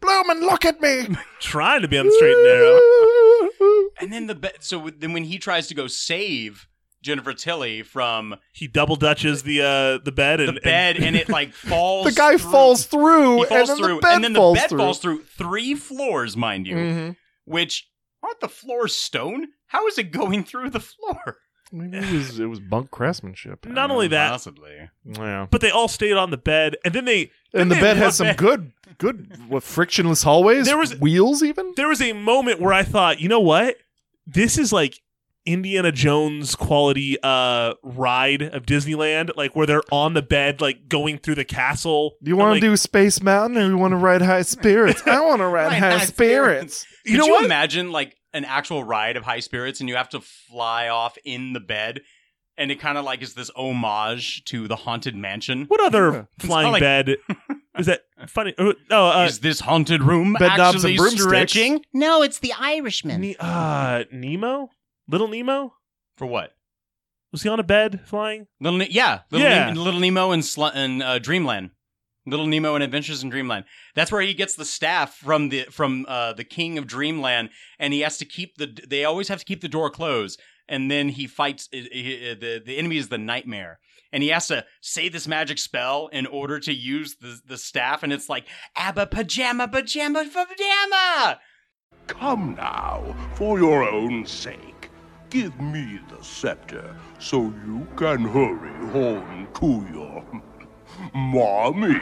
D: Bloomin', look at me!
C: trying to be on the straight and narrow.
B: And then the be- so then when he tries to go save Jennifer Tilly from
C: He double dutches the uh the bed and
B: the bed and, it like falls.
D: the guy
B: through.
D: falls through,
B: He falls
D: and then
B: through,
D: the bed,
B: and then the
D: falls,
B: bed
D: through.
B: falls through three floors, mind you.
D: Mhm.
B: Which aren't the floors stone? How is it going through the floor?
D: Maybe it was it was bunk craftsmanship.
C: not only that,
B: Possibly.
D: Yeah.
C: but they all stayed on the bed and then they then
D: And the
C: they
D: bed
C: left-
D: has some good, good what, frictionless hallways.
C: There was-
D: wheels, even.
C: There was a moment where I thought, you know what? This is like Indiana Jones quality uh ride of Disneyland, like where they're on the bed, like going through the castle.
D: You want to
C: like,
D: do Space Mountain, or you want to ride High Spirits? I want to ride,
B: Ride
D: high,
B: High
D: spirits.
C: You know
B: Could you
C: what?
B: imagine like an actual ride of high spirits and you have to fly off in the bed? And it kind of like is this homage to the haunted mansion.
C: What other
B: It's
C: flying
B: not like-
C: bed is that funny? Oh, no, uh,
B: is this haunted room
D: Bed knobs
B: actually
D: and broomsticks.
B: stretching?
K: No, it's the Irishman.
C: Ne- uh, Nemo, Little Nemo,
B: For what?
C: was he on a bed flying?
B: Little ne- yeah, little,
C: Yeah.
B: Ne- little Nemo and, Sl- and uh, Dreamland. Little Nemo and Adventures in Dreamland. That's where he gets the staff from the from uh, the King of Dreamland, and he has to keep the. They always have to keep the door closed, and then he fights i- i- the the enemy is the Nightmare, and he has to say this magic spell in order to use the the staff, and it's like Abba pajama pajama pajama.
L: Come now, for your own sake, give me the scepter so you can hurry home to your mommy.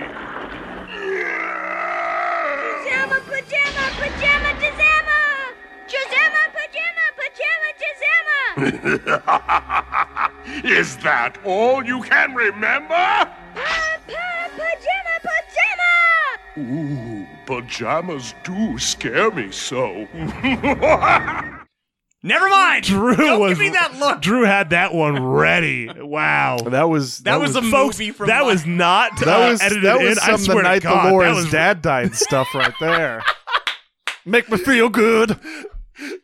G: Pajama, pajama, pajama, pajama! Pajama, pajama, pajama, pajama!
L: Is that all you can remember?
G: Pajama, pajama!
L: Ooh, pajamas do scare me so.
B: Never mind.
C: Drew
B: Don't
C: was,
B: give me that look.
C: Drew had that one ready. Wow,
D: that was
B: That was a
C: folks,
B: movie from
C: that
B: my-
C: was not
D: that
C: uh,
D: was
C: edited
D: that was
C: in. I
D: some
C: swear
D: the
C: to
D: night
C: God,
D: the
C: that
D: Laura's
C: was
D: dad died stuff right there. Make me feel good.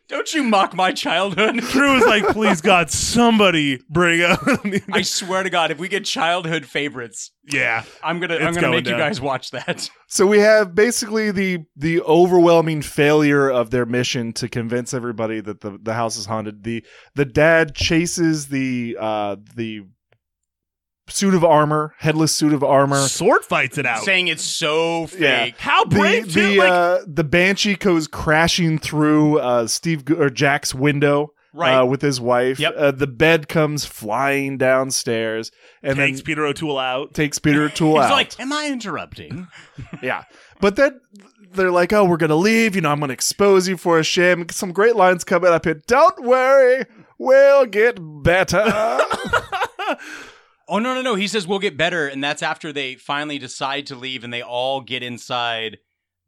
B: Don't you mock my childhood.
C: Drew was like, please God, somebody bring up.
B: I swear to God, if we get childhood favorites,
C: yeah,
B: I'm gonna
C: It's
B: I'm gonna
C: going
B: make you
C: down.
B: guys watch that.
D: So we have basically the the overwhelming failure of their mission to convince everybody that the, the house is haunted. The the dad chases the uh the suit of armor, headless suit of armor.
C: Sword fights it out.
B: Saying it's so fake.
D: Yeah.
C: How brave,
D: the,
C: too,
D: The,
C: like-
D: uh, the banshee goes crashing through uh, Steve or Jack's window.
C: Right.
D: uh, with his wife. Yep. Uh, the bed comes flying downstairs and
C: Takes
D: then
C: Peter O'Toole out.
D: takes Peter Tool
B: He's
D: out.
B: like, am I interrupting?
D: yeah. But then they're like, oh, we're going to leave. You know, I'm going to expose you for a shame. Some great lines coming up here. Don't worry. We'll get better.
B: Oh no no no! He says we'll get better, and that's after they finally decide to leave, and they all get inside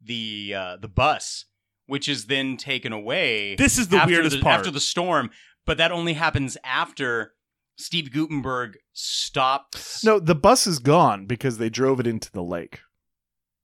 B: the uh, the bus, which is then taken away.
C: This is the
B: after
C: weirdest
B: the,
C: part.
B: after the storm, but that only happens after Steve Gutenberg stops.
D: no, the bus is gone because they drove it into the lake.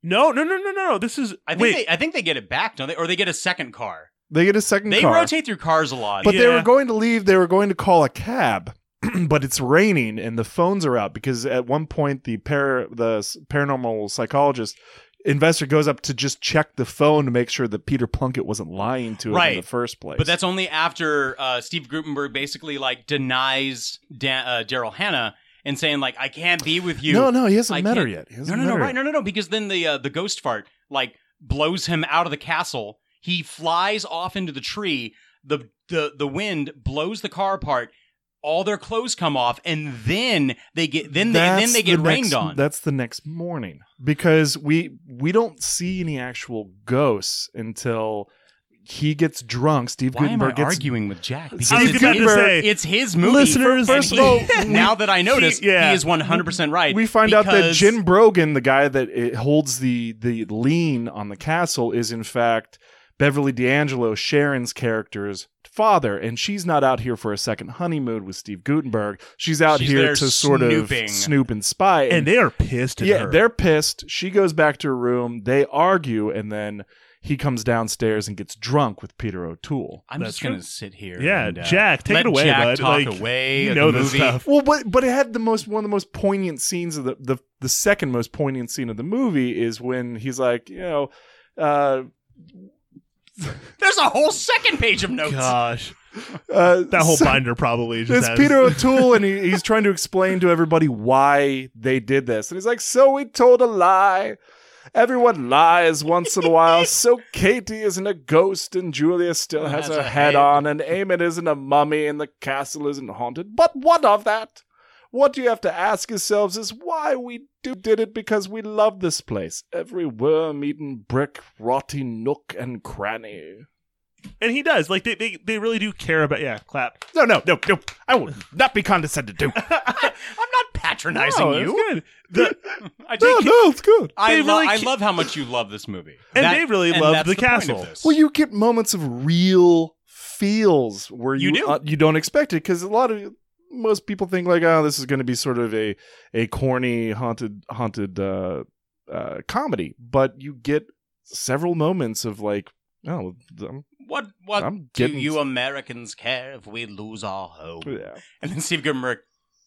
C: No, no, no, no, no, no. This is
B: I think
C: wait.
B: they I think they get it back, don't they? Or they get a second car.
D: They get a second
B: They
D: car.
B: rotate through cars a lot,
D: But they were going to leave. They were going to call a cab, but it's raining and the phones are out because at one point the para, the s- paranormal psychologist investor goes up to just check the phone to make sure that Peter Plunkett wasn't lying to him
B: right
D: in the first place.
B: But that's only after uh, Steve Gutenberg basically like denies Dan- uh, Daryl Hannah and saying like I can't be with you.
D: No, no, he hasn't
B: I
D: met her
B: can't-
D: yet. He
B: no,
D: hasn't
B: no,
D: met
B: no,
D: her
B: right? No, no, no, because then the uh, the ghost fart like blows him out of the castle. He flies off into the tree. The the the wind blows the car apart. All their clothes come off, and then they get then they, then
D: That's
B: they get
D: the
B: rained
D: next-
B: on.
D: That's the next morning because we we don't see any actual ghosts until he gets drunk. Steve
B: Why am I
D: Gutenberg gets
B: arguing with Jack? Because
D: Steve
B: it's,
D: Gutenberg-
B: it's- it's his movie. and
D: Listeners, first
B: he-
D: of all,
B: now that I notice, he,
D: yeah.
B: is one hundred percent right.
D: we find out that
B: because-
D: Jim Brogan, the guy that it holds the the lien on the castle, is in fact Beverly D'Angelo, Sharon's character's father, and she's not out here for a second honeymoon with Steve Gutenberg. She's out
C: She's
D: here
C: there
D: to sort
C: snooping.
D: of snoop and spy,
C: and they are pissed at
D: yeah,
C: her.
D: they're pissed. She goes back to her room. They argue, and then he comes downstairs and gets drunk with Peter O'Toole.
B: I'm
C: That's
B: just gonna
C: true.
B: sit here.
C: Yeah,
B: and, uh,
C: Jack, take
B: let
C: it away,
B: Jack
C: bud.
B: Talk
C: Like,
B: away.
C: you
B: of
C: know
B: the
C: this
B: movie.
C: stuff.
D: Well, but but it had the most one of the most poignant scenes of the the the second most poignant scene of the movie is when he's like, you know, uh,
B: There's a whole second page of notes.
C: Oh, Gosh,
D: uh
C: that whole
D: so-
C: binder probably just
D: It's
C: has-
D: Peter O'Toole, and he, he's trying to explain to everybody why they did this, and he's like, so we told a lie. Everyone lies once in a while. So Katie isn't a ghost, and Julia still has, her head on, and Eamon isn't a mummy, and the castle isn't haunted. But what of that? What you have to ask yourselves is why we do did it because we love this place. Every worm-eaten brick, rotty nook and cranny.
C: and he does. Like they, they, they really do care about. Yeah, clap.
D: No, no, no, no. I will not be condescended to.
B: I'm not patronizing
C: No, it's
B: you.
C: good. The-
B: I take
D: no, it's good.
B: I,
C: They
B: lo-
C: really
B: I
C: ca-
B: love how much you love this movie,
C: And they really
B: and
C: love
B: that's
C: the
B: point of
C: castle.
B: this.
D: Well, you get moments of real feels where you
B: You do.
D: uh, you don't expect it because a lot of most people think like, oh, this is going to be sort of a a corny haunted haunted uh, uh, comedy, but you get several moments of like, oh, I'm-
B: What what
D: I'm
B: do
D: getting-
B: you Americans care if we lose our home?
D: yeah.
B: And then Steve Gutenberg,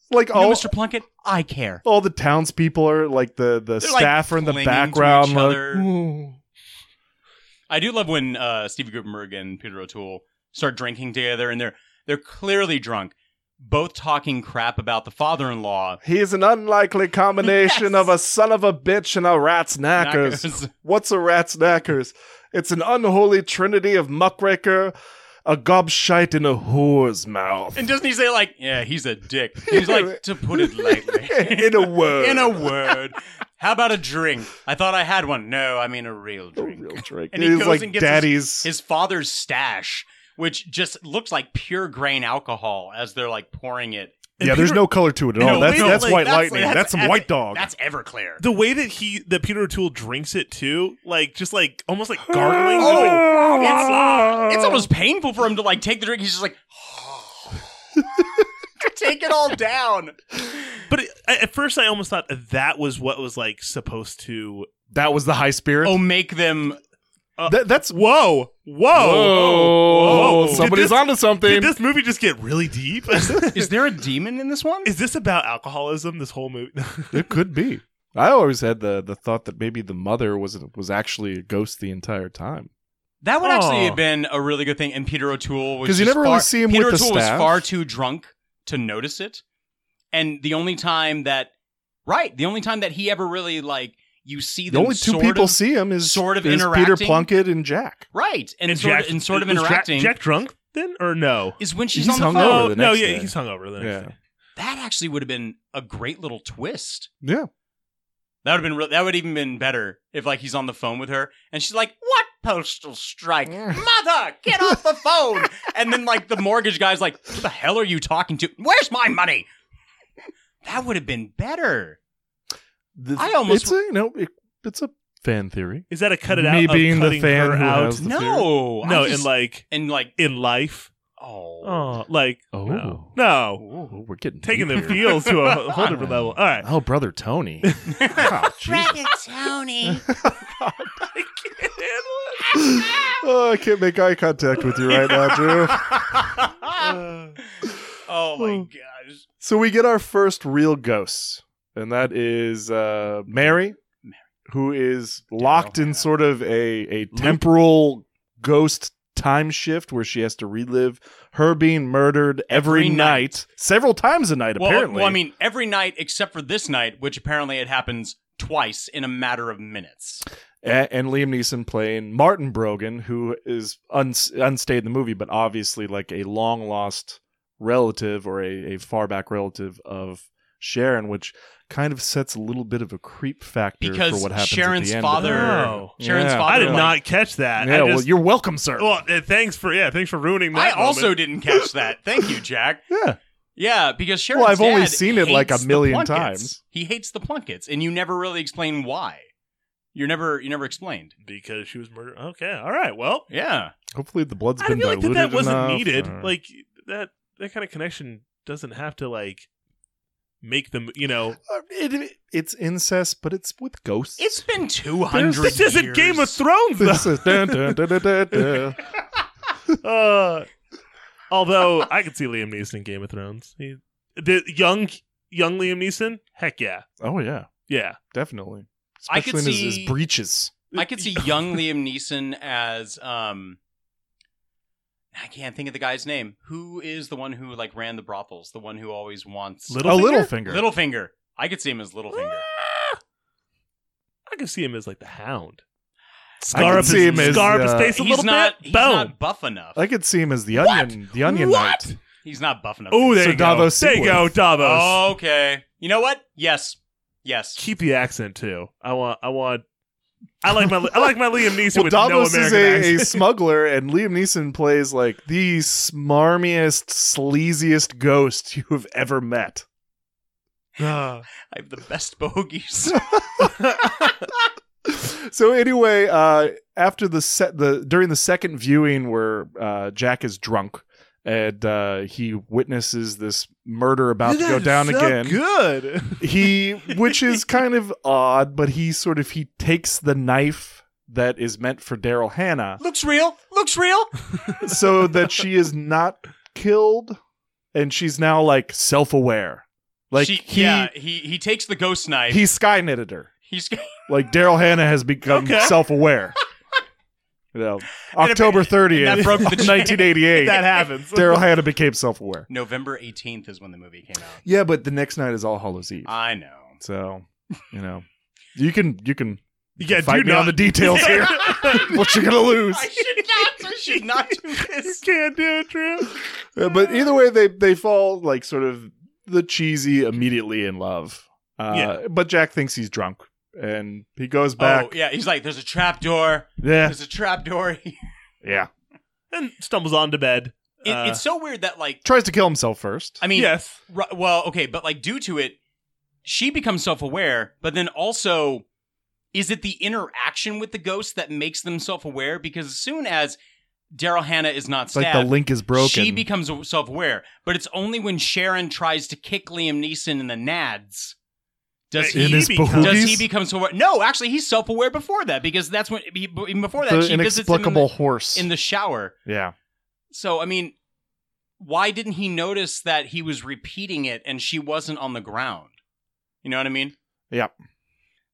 D: like
B: um, You know,
C: Oh.
D: all
B: Mr. Plunkett, I care.
D: all the townspeople are like the the
B: They're, like,
D: staff are in the
B: clinging to each
D: background. like, "Mm,
B: other.
C: mm.
B: I do love when uh, Stevie Gutenberg and Peter O'Toole start drinking together, and they're they're clearly drunk, both talking crap about the father-in-law.
D: He is an unlikely combination of a son of a bitch and a rat's knackers.
B: Knackers.
D: What's a rat's knackers? It's an unholy trinity of muckraker, a gobshite, and a whore's mouth.
B: And doesn't he say like, "Yeah, he's a dick." He's like, to put it lightly,
D: in a word.
B: in a word. How about a drink? I thought I had one. No, I mean a real drink.
D: real drink.
B: And
D: it
B: he
D: is
B: goes
D: like
B: and gets his-
D: daddy's.
B: his father's stash, which just looks like pure grain alcohol as they're like pouring it.
D: yeah, there's no color to it at all. that's
C: we don't
D: that's
C: like-
D: white
C: that's-
D: lightning. That's, some
C: that's-
D: white dog.
B: That's Everclear.
C: The way that he that Peter O'Toole drinks it too, like just like almost like gargling.
B: Oh, it's, it's almost painful for him to like take the drink. He's just like, take it all down.
C: But it, I- at first, I almost thought that was what was like supposed to.
D: That was the high spirit.
B: Oh, uh, make them.
D: That- that's
C: whoa, whoa,
D: Whoa,
C: Did
D: somebody's
C: this-
D: onto something.
C: Did this movie just get really deep?
B: Is there a demon in this one?
C: Is this about alcoholism? This whole movie.
D: it could be. I always had the the thought that maybe the mother was was actually a ghost the entire time.
B: That would actually
D: Aw.
B: have been a really good thing. And Peter O'Toole was
D: Oh. 'Cause you
B: just
D: never really
B: far-
D: see him
B: Peter
D: with the
B: O'Toole was
D: staff.
B: far too drunk to notice it. And the only time that, right, the only time that he ever really like you see
D: The
B: them
D: only two
B: sort
D: people
B: of-
D: see him is
B: sort of
D: is Peter
B: interacting.
D: Plunkett and Jack.
B: right, and, sort of, and sort of interacting.
C: Jack, drunk then or no? Oh,
B: is when she's
D: He's
B: on the
D: hungover
B: phone.
D: the
C: no,
D: next
C: yeah,
D: day.
C: he's hungover. The next
D: Yeah.
C: day.
B: That actually would have been a great little twist.
D: Yeah.
B: That would have been real that would even been better if like he's on the phone with her and she's like, "What postal strike, mother? Get off the phone!" and then like the mortgage guy's like, "Who the hell are you talking to? Where's my money?" That would have been better.
D: The-
B: I almost-
D: it's a, you know it, it's a fan theory.
C: Is that a cut it
D: Me
C: out? of
D: being the
C: cutting
D: fan
C: her
D: who
C: out?
D: has the
B: No, theory? I
C: no,
B: just-
C: in like
B: And like,
C: in life.
B: oh,
C: Oh, like
D: Oh.
C: no, no.
D: Oh, we're getting
C: taking the
D: deep here.
C: feels to a whole different level. All right.
D: Oh, brother Tony. Oh, jeez.
K: Brother Tony.
D: Oh, I can't make eye contact with you right now, Drew.
B: oh my
D: Oh.
B: gosh,
D: So we get our first real ghosts, and that is uh, Mary, who is locked in sort of a, a temporal ghost time shift where she has to relive her being murdered every,
B: Every
D: night, several times a night,
B: Well, uh,
D: apparently.
B: well, I mean, every night except for this night, which apparently it happens twice in a matter of minutes.
D: A- and Liam Neeson playing Martin Brogan, who is uns- unstayed in the movie, but obviously like a long lost relative or a, a far back relative of Sharon, which kind of sets a little bit of a creep factor for
B: Because
D: what happens.
B: Sharon's
D: at the end
B: father-
D: of
C: Oh.
D: it.
B: Sharon's
D: Yeah.
B: father-
C: I did
B: Like-
C: not catch that.
D: Yeah,
C: I
D: well,
C: just,
D: you're welcome, sir.
C: well, uh, thanks for yeah, thanks for ruining
B: I
C: that.
B: also
C: moment.
B: didn't catch that. Thank you, Jack.
D: yeah,
B: Yeah, because Sharon's
D: Well, I've only
B: dad
D: seen it, like, a
B: hates the
D: million
B: Plunketts.
D: times.
B: He hates the Plunkets, and you never really explain why. You're never you never explained.
C: because she was murdered. Okay, all right. Well,
B: Yeah.
D: Hopefully, the blood's
C: I
D: been
C: feel like that,
D: diluted
C: that wasn't
D: enough, uh.
C: needed.
D: or-
C: Like that that kind of connection doesn't have to like make them. You know,
D: Uh, it- it's incest, but it's with ghosts.
B: It's been two hundred
C: this isn't Game of Thrones.
D: This
C: Though.
D: is- dun, dun, dun, dun, dun, dun.
C: uh, although I could see Liam Neeson in Game of Thrones. He, the young young Liam Neeson. Heck yeah,
D: Oh yeah,
C: yeah.
D: definitely.
B: I could
D: Especially in his,
B: see-
D: his breeches.
B: I could see young Liam Neeson as um I can't think of the guy's name. Who is the one who like ran the brothels? The one who always wants
C: Little
D: oh,
C: finger?
D: little finger.
B: Littlefinger. I could see him as Littlefinger.
C: Ah! I could see him as like the Hound.
D: I
C: Scar
D: could
C: up his,
D: see him as,
C: scar up his
D: uh,
C: face a
B: He's
C: little
B: not
C: bit.
B: he's
C: Boom.
B: not buff enough.
D: I could see him as the onion, the onion
C: What?
D: knight.
B: He's not buff enough.
C: Oh, there
D: So
C: you go.
D: Davos Oh.
C: there you go,
D: Seaworth.
C: Davos.
B: Okay. You know what? Yes. Yes.
C: Keep the accent too. I want. I want. I like my. I like my Liam Neeson
D: Well,
C: with
D: Davos
C: no
D: is
C: American
D: a, a
C: accent.
D: smuggler, and Liam Neeson plays like the smarmiest, sleaziest ghost you have ever met.
C: Ah.
B: I have the best bogeys.
D: So anyway, uh, after the set, the during the second viewing where uh, Jack is drunk and uh, he witnesses this murder about to go down again.
C: Good.
D: he which is kind of odd but he sort of he takes the knife that is meant for daryl hannah
B: Looks real. Looks real.
D: so that she is not killed and she's now like self-aware Like
B: She-
D: he
B: yeah, he he takes the ghost knife.
D: he skynetted her.
B: He's
D: Like Daryl Hannah has become
B: Okay.
D: self-aware. You know, October
B: that
D: thirtieth,
B: broke the chain.
D: nineteen eighty-eight.
B: That happens.
D: Daryl Hannah became self-aware.
B: November 18th is when the movie came out.
D: Yeah, but the next night is All Hallows Eve.
B: I know.
D: So, you know, you can you can you
C: Yeah,
D: can fight
C: do
D: me
C: not-
D: on the details here. what you gonna lose?
B: I should not. I should not do this.
C: You can't do it, Drew.
D: Uh, but either way, they they fall like sort of the cheesy immediately in love. Uh,
B: Yeah.
D: But Jack thinks he's drunk, and he goes back.
B: Oh yeah, he's like, "There's a trap door.
D: Yeah.
B: there's a trap door." here."
D: yeah.
C: and stumbles onto bed.
B: It,
C: Uh,
B: it's so weird that like
D: Tries to kill himself first.
B: I mean,
C: Yes.
B: ri- well, okay, but like due to it, she becomes self-aware, but then also is it the interaction with the ghost that makes them self-aware because as soon as Daryl Hannah is not
D: It's like
B: stabbed.
D: the link is broken.
B: She becomes self-aware, but it's only when Sharon tries to kick Liam Neeson in the nads does
D: In
B: he
D: his
B: become, does he
D: bahoogies?
B: become self-aware. No, actually, he's self-aware before that because that's when he, even before that
D: The
B: she visits him in
D: inexplicable
B: the-
D: horse.
B: in the shower.
D: yeah.
B: So I mean, why didn't he notice that he was repeating it and she wasn't on the ground? You know what I mean?
D: Yeah.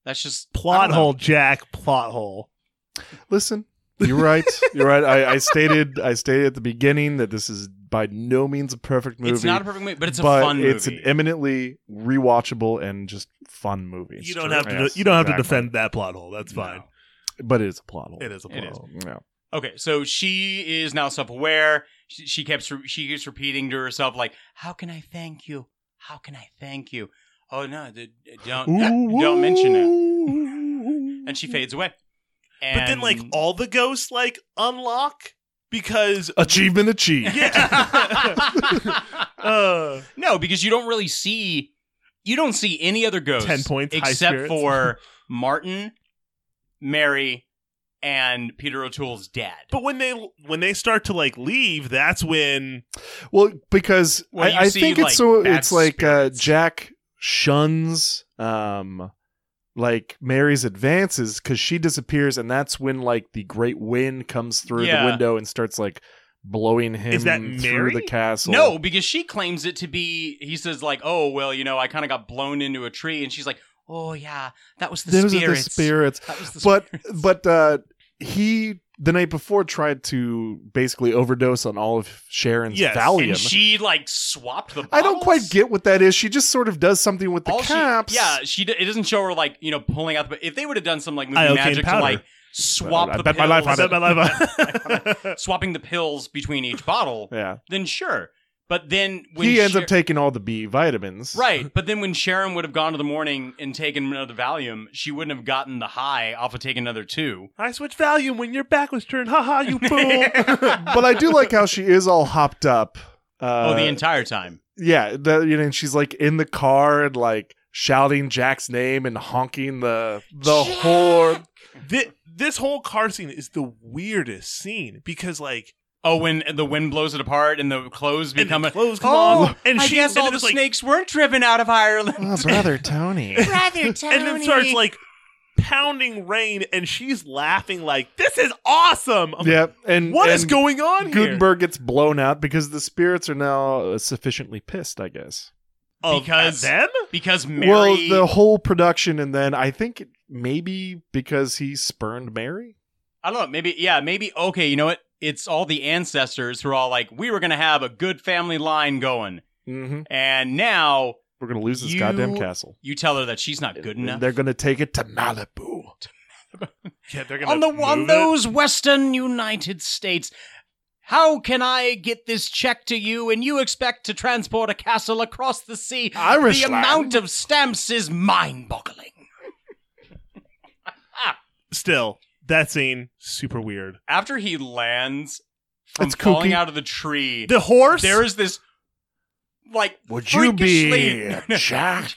B: That's just I
C: plot
B: don't know.
C: hole, Jack. Plot hole.
D: Listen, you're right. You're right. I, I stated I stated at the beginning that this is by no means a perfect movie.
B: It's not a perfect movie, but it's a fun
D: It's an
B: movie.
D: eminently rewatchable and just fun movie.
C: You don't have to.
D: Yes,
C: you don't have
D: exactly.
C: to defend that plot hole. That's fine.
D: But it is a plot hole.
C: It is a plot
B: It is.
C: hole.
D: Yeah.
B: Okay, so she is now self-aware. She, she keeps re- she keeps repeating to herself like, "How can I thank you? How can I thank you? Oh no, the, don't don't mention it." And she fades away. And
C: But then, like, all the ghosts like unlock because
D: Achievement achieved.
C: Uh,
B: no, because you don't really see you don't see any other ghosts.
C: 10 points, high
B: except
C: spirits.
B: for Martin, Mary, and Peter O'Toole's dad.
C: But when they when they start to like leave, that's when
D: Well, because
B: Well, you
D: I, I
B: see,
D: think
B: like,
D: it's so.
B: bad
D: It's like uh, Jack shuns um like Mary's advances because she disappears, and that's when like the great wind comes through
B: Yeah.
D: the window and starts like blowing him
B: that
D: through
B: Mary?
D: the castle.
B: No, because she claims it to be he says like, "Oh, well, you know, I kind of got blown into a tree." And she's like, "Oh, yeah, that was the
D: Those are the
B: spirits."
D: spirits.
B: That was the
D: but but uh, he the night before tried to basically overdose on all of Sharon's Valium.
B: And she like swapped the
D: I don't quite get what that is. She just sort of does something with the
B: all
D: caps.
B: She, yeah, she d- it doesn't show her like you know pulling out. the But if they would have done some like movie
D: Iocane
B: magic to
D: powder.
B: like swap
D: I
B: the
D: bet my
B: pills,
D: life on it. I bet my
B: swapping the pills between each bottle,
D: Yeah.
B: then sure. But then when
D: He ends
B: Sha-
D: up taking all the B vitamins.
B: right. But then when Sharon would have gone to the morning and taken another Valium, she wouldn't have gotten the high off of taking another two.
C: I switched volume when your back was turned. Ha ha, you fool.
D: but I do like how she is all hopped up. Uh,
B: oh, the entire time.
D: yeah, the, you know, and she's like in the car and like shouting Jack's name and honking the the horn.
C: this, this whole car scene is the weirdest scene because like
B: Oh, when the wind blows it apart and the clothes become a
C: clothes come
B: oh,
C: off, and
B: I
C: she-
B: guess
C: and
B: all
C: it
B: the
C: was like-
B: snakes weren't driven out of Ireland.
D: Oh, brother Tony.
K: Brother Tony.
C: and then starts like pounding rain and she's laughing like this is awesome. I'm
D: Yep. And
C: What
D: what is
C: is going on here?
D: Gutenberg gets blown out because the spirits are now uh, sufficiently pissed, I guess.
C: like, of
B: because
C: them?
B: because Mary
D: Well, the whole production, and then I think it- maybe because he spurned Mary.
B: I don't know. Maybe, yeah, maybe. Okay, you know what? It's all the ancestors who are all like, we were going to have a good family line going.
D: Mm-hmm.
B: And now
D: We're gonna lose this
B: you-
D: goddamn castle.
B: You tell her that she's not good
D: And
B: enough.
D: they're gonna take it to Malibu.
C: Yeah, they're
B: on the on
C: move
B: those Western United States, how can I get this check to you and you expect to transport a castle across the sea?
D: Irish
B: the
D: land.
B: amount of stamps is mind-boggling.
C: it. still that scene super weird.
B: After he lands from
C: It's
B: falling
C: kooky.
B: out of the tree,
C: The horse?
B: There is this like
D: Would you be
B: freakishly-
D: Jack?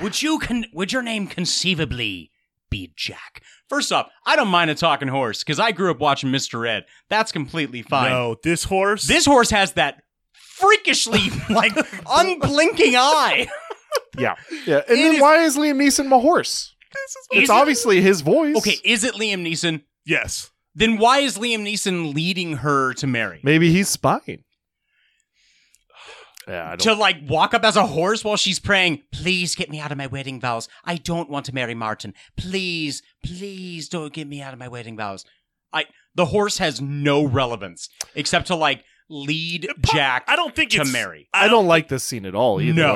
B: would you con- would your name conceivably be Jack? First off, I don't mind a talking horse because I grew up watching Mr. Ed. That's completely fine.
C: No, this horse
B: This horse has that freakishly like unblinking eye.
D: Yeah, yeah. And then why is Liam Neeson my horse?
B: Is it-
D: It's obviously his voice.
B: Okay, is it Liam Neeson?
C: Yes.
B: Then why is Liam Neeson leading her to Mary?
D: Maybe he's spying. Yeah, I don't.
B: to like walk up as a horse while she's praying, please get me out of my wedding vows. I don't want to marry Martin. Please, please don't get me out of my wedding vows. I the horse has no relevance except to like lead Jack I don't think to
D: it's-
B: marry.
D: I don't like this scene at all. Either
B: No.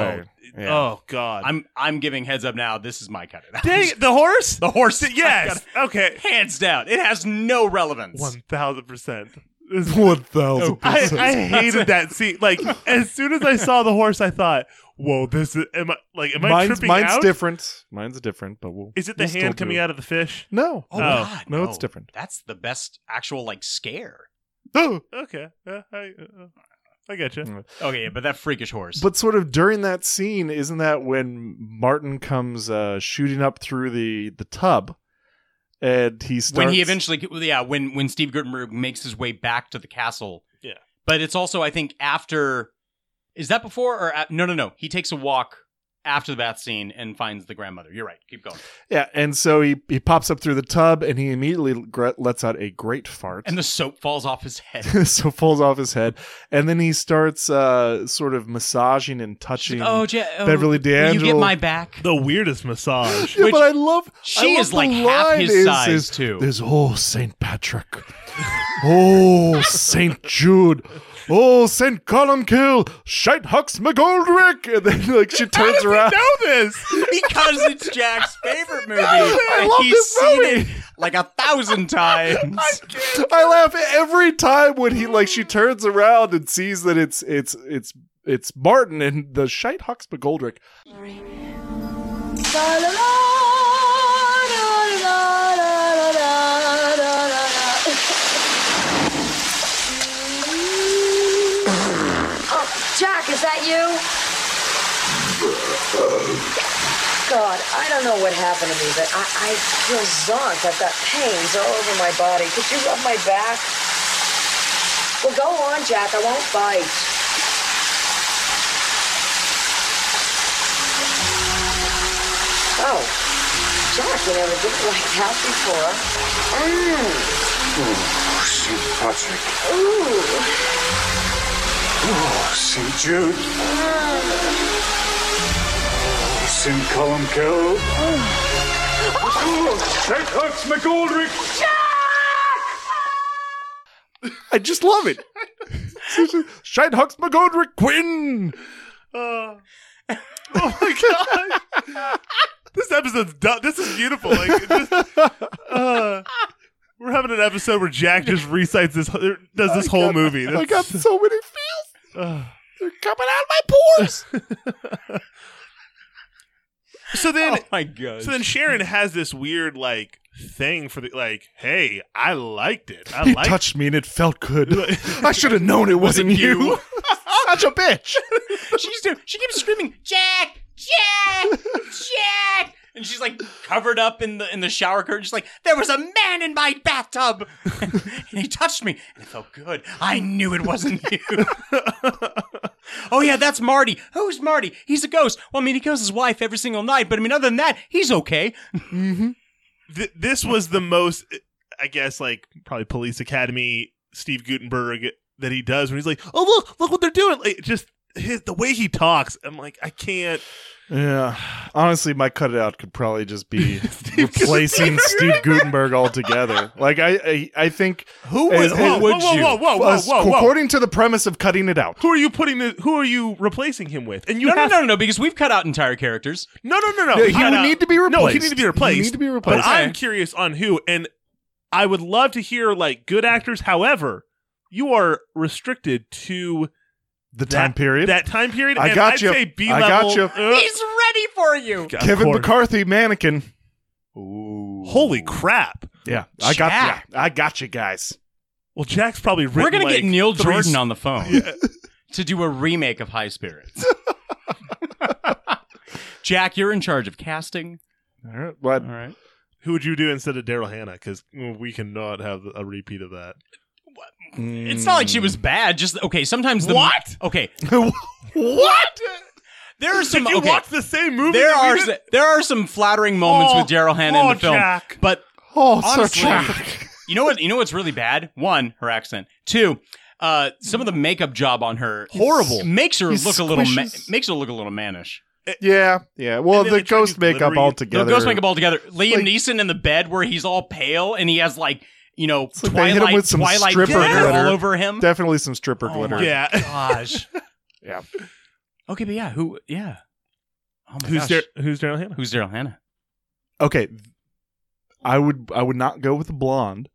D: way.
C: Oh God.
B: I'm I'm giving heads up now. This is my cut it out.
C: Dang, the horse?
B: The horse.
C: Yes. Okay.
B: Hands down. It has no relevance.
C: One thousand percent.
D: One thousand.
C: Oh. I, I hated that scene. Like as soon as I saw the horse, I thought, "Whoa, this is am I like am I
D: mine's,
C: tripping
D: mine's
C: out?"
D: different. Mine's different, but we'll.
C: Is it the
D: we'll still
C: hand
D: do
C: coming
D: it.
C: out of the fish?
D: No.
B: Oh,
D: no.
B: God, no.
D: no, it's different.
B: That's the best actual like scare.
C: Okay. Uh, I, uh, I get
D: Mm.
C: you.
B: Okay, yeah, but that freakish horse.
D: But sort of during that scene, isn't that when Martin comes uh, shooting up through the the tub, and he starts
B: when he eventually yeah when when steve gutenberg makes his way back to the castle
C: yeah
B: but it's also i think after is that before or at, no no no he takes a walk after the bath scene and finds the grandmother you're right keep going
D: yeah, and so he he pops up through the tub, and he immediately gr- lets out a great fart.
B: and the soap falls off his head
D: so falls off his head, and then he starts uh, sort of massaging and touching.
B: oh, Je- oh,
D: Beverly D'Angelo.
B: you get my back
C: The weirdest massage.
D: Yeah, but I love.
B: she
D: I love
B: is
D: the
B: like half
D: line
B: his
D: is-
B: size
D: is,
B: too
D: There's oh Saint Patrick, oh Saint Jude, oh Saint Columkill, Shite Hux McGoldrick, and then like she turns around.
C: know this?
B: because it's jack's favorite movie
D: I
B: and
D: love
B: he's
D: this
B: seen
D: movie.
B: it like a thousand times
D: I laugh every time when he like she turns around and sees that it's it's it's it's Martin and the Shite Hux McGoldrick.
H: Oh, Jack, is that you? God, I don't know what happened to me, but I, I feel zonked. I've got pains all over my body. Could you rub my back? Well, go on, Jack. I won't bite. Oh, Jack, you never did it like that before. Mm.
J: Oh, St. Patrick.
H: Ooh.
J: Oh, St. Jude.
H: Ah.
J: Oh, St. Colum Kill. Oh, St. Hux McGoldrick.
D: I just love it. Shite Hux McGoldrick Quinn.
C: oh my god! this episode's done. This is beautiful. Like, it just, uh, we're having an episode where Jack just recites this, does this whole movie.
D: I got so many feels.
C: Ugh.
D: They're coming out of my pores.
C: so then,
B: oh my god
C: so then Sharon has this weird like thing for the like. Hey, I liked it. I
D: he
C: liked
D: touched me and it felt good. I should have known it wasn't you. Such a bitch.
B: she's doing, she keeps screaming, Jack, Jack, Jack, and she's like covered up in the in the shower curtain. She's like, there was a man in my bathtub, and he touched me, and it felt good. I knew it wasn't you. oh yeah, that's Marty. Who's Marty? He's a ghost. Well, I mean, he kills his wife every single night, but I mean, other than that, he's okay.
C: th- this was the most i guess like probably police academy steve gutenberg that he does when he's like oh look look what they're doing like just his, the way he talks i'm like i can't
D: Yeah. Honestly, my cut it out could probably just be replacing Steve Gutenberg altogether. Like I, I, I think
C: Who would- whoa, whoa, whoa, whoa, whoa, whoa,
D: As-
C: whoa, whoa.
D: According to the premise of cutting it out,
C: who are you putting the who are you replacing him with and you
B: No, no,
C: have
B: no, no, no, because we've cut out entire characters.
C: no no no no,
D: Yeah,
C: We
D: he
C: gotta-
D: would need to be
C: no he need
D: replaced.
C: to
D: He
C: be replaced
D: need to be replaced.
C: but i'm curious on who and i would love to hear like good actors however you are restricted to
D: the
C: that,
D: time period.
C: that time period
D: I
C: and
D: got
C: I'd
D: you.
C: say b
D: I got you.
B: He's ready for you.
D: Kevin McCarthy mannequin. Ooh.
C: holy crap
D: Yeah, I got
B: Jack.
D: yeah, I got you guys.
C: Well, Jack's probably written.
B: We're gonna
C: like,
B: get Neil
C: three
B: Jordan
C: s-
B: on the phone to do a remake of High Spirits. Jack, you're in charge of casting.
D: All right, but
B: All right.
C: Who would you do instead of Daryl Hannah? Because we cannot have a repeat of that.
D: Mm.
B: It's not like she was bad. Just okay. Sometimes the
C: Mm. What?
B: Okay,
C: What?
B: there are some.
C: Did you
B: okay,
C: watch the same movie?
B: there
C: that we
B: are
C: did?
B: s- there are some flattering moments
C: Oh,
B: with Daryl Hannah
C: oh,
B: in the film,
C: Jack.
B: but
D: oh,
B: honestly,
D: Sir Jack.
B: you know what? You know what's really bad? One, her accent. Two, Uh, some of the makeup job on her
D: Horrible.
B: makes her
D: He
B: look a little ma-
D: squishes-
B: makes her look a little mannish.
D: yeah, yeah. Well, the ghost makeup altogether.
B: The ghost makeup all together. Liam Neeson in the bed where he's all pale and he has like you know
D: Like,
B: Twilight
D: they hit him with some
B: Twilight
D: stripper
B: glitter
D: glitter
B: all over him.
D: Definitely some stripper
B: Oh
D: glitter.
B: my gosh.
D: yeah.
B: Okay, but yeah, who? Yeah. Oh my
C: Who's
B: gosh.
C: Dar- who's Daryl Hannah?
B: Who's Daryl Hannah?
D: Okay. I would I would not go with the blonde.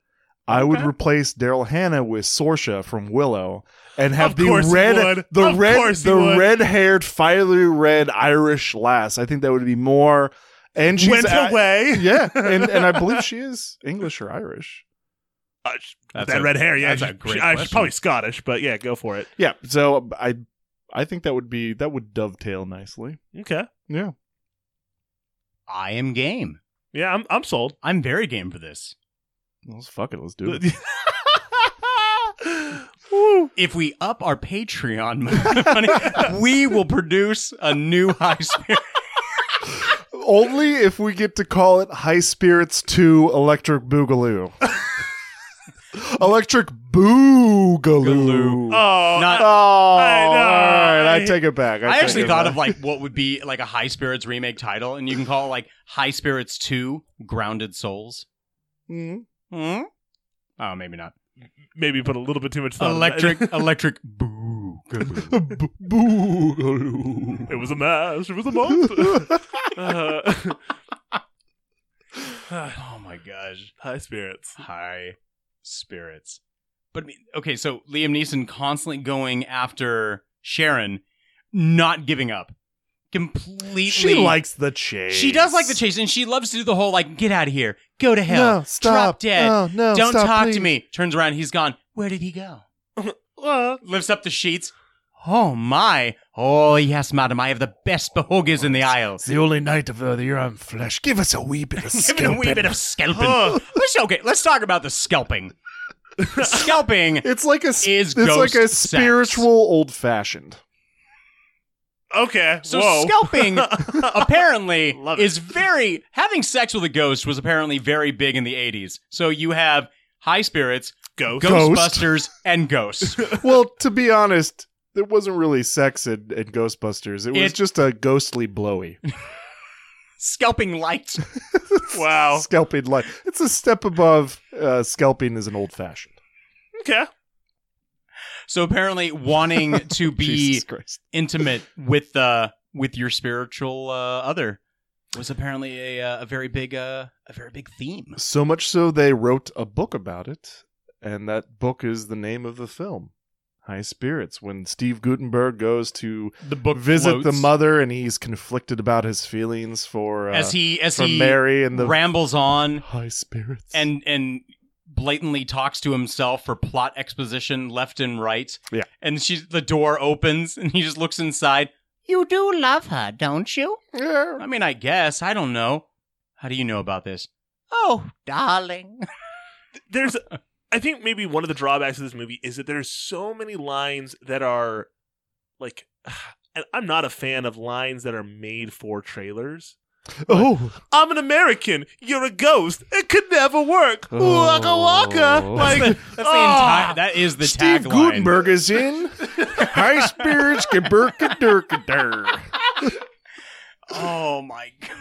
D: I would replace Daryl Hannah with Sorsha from Willow and have
C: Of
D: the
C: course he
D: red
C: would.
D: the
C: Of
D: red
C: course he
D: the
C: would.
D: red-haired fiery red Irish lass. I think that would be more and she's
C: Went
D: I-
C: away.
D: yeah, and and I believe she is English or Irish.
C: Uh, sh-
D: That's
C: that
D: a-
C: red hair, yeah.
D: that's a
C: she's-
D: great
C: she- uh, she's
D: question.
C: probably Scottish, but yeah, go for it.
D: Yeah, so I I think that would be that would dovetail nicely.
C: Okay.
D: Yeah.
B: I am game.
C: Yeah, I'm I'm sold.
B: I'm very game for this.
D: Let's fuck it. Let's do it.
B: If we up our Patreon money, we will produce a new high spirit.
D: Only if we get to call it High Spirits 2 Electric Boogaloo. Electric Boogaloo.
C: Oh,
B: Not-
D: oh,
B: I know.
D: all right. I,
B: I-
D: take it back.
B: I,
D: take
B: actually
D: it
B: thought
D: back.
B: of like what would be like a High Spirits remake title, and you can call it like High Spirits Two: Grounded Souls.
D: Mm.
B: Hmm? Oh, maybe not.
C: Maybe put a little bit too much
D: Um,
C: thought.
B: Electric, electric.
D: Boogaloo.
C: It was a mess. It was a monster. Uh,
B: oh my gosh.
C: High spirits.
B: High spirits. But I mean, okay, so Liam Neeson constantly going after Sharon, not giving up. Completely.
D: She likes the chase.
B: She does like the chase, and she loves to do the whole like, get out of here, go to hell,
D: No, stop.
B: drop dead,
D: No, no,
B: don't
D: Oh, stop,
B: talk
D: please."
B: to me. Turns around, he's gone. Where did he go? Lifts up the sheets. Oh my! Oh yes, madam, I have the best behoggers in the aisle.
M: It's the only night of uh, the year I'm flesh. Give us a wee bit of
B: Give it a wee
M: scalping.
B: bit of scalping.
M: Huh.
B: let's okay. Let's talk about the scalping. scalping.
D: It's like a
B: is
D: It's like a
B: ghost sex.
D: spiritual old fashioned.
C: Okay.
B: So
C: whoa.
B: scalping apparently is very having sex with a ghost was apparently very big in the eighties. So you have high spirits,
C: ghost.
B: Ghostbusters, and ghosts.
D: well, to be honest, there wasn't really sex in, in Ghostbusters. It was
B: It-
D: just a ghostly blowy.
B: scalping light.
C: wow.
D: Scalping like it's a step above uh, scalping is an old fashioned.
C: Okay.
B: So apparently, wanting to be
D: Jesus Christ.
B: intimate with uh with your spiritual uh, other was apparently a uh, a very big uh, a very big theme.
D: So much so they wrote a book about it, and that book is the name of the film. High Spirits, when Steve Gutenberg goes to
B: The book
D: visit the
B: floats.
D: mother, and he's conflicted about his feelings for uh,
B: as he as
D: for
B: he
D: Mary and the
B: rambles on
D: high spirits
B: and and blatantly talks to himself for plot exposition left and right.
D: Yeah.
B: And she the door opens and he just looks inside. You do love her, don't you?
D: Yeah.
B: I mean, I guess I don't know. How do you know about this?
K: Oh, darling.
C: there's I think maybe one of the drawbacks of this movie is that there's so many lines that are like and I'm not a fan of lines that are made for trailers.
D: oh,
C: I'm an American. You're a ghost. It could never work. Waka waka.
D: Oh.
C: Like
B: That's the
C: ah!
B: entire. That is the
D: Steve
B: tagline.
D: Gutenberg is in high spirits. kaburkadur.
B: Oh my god.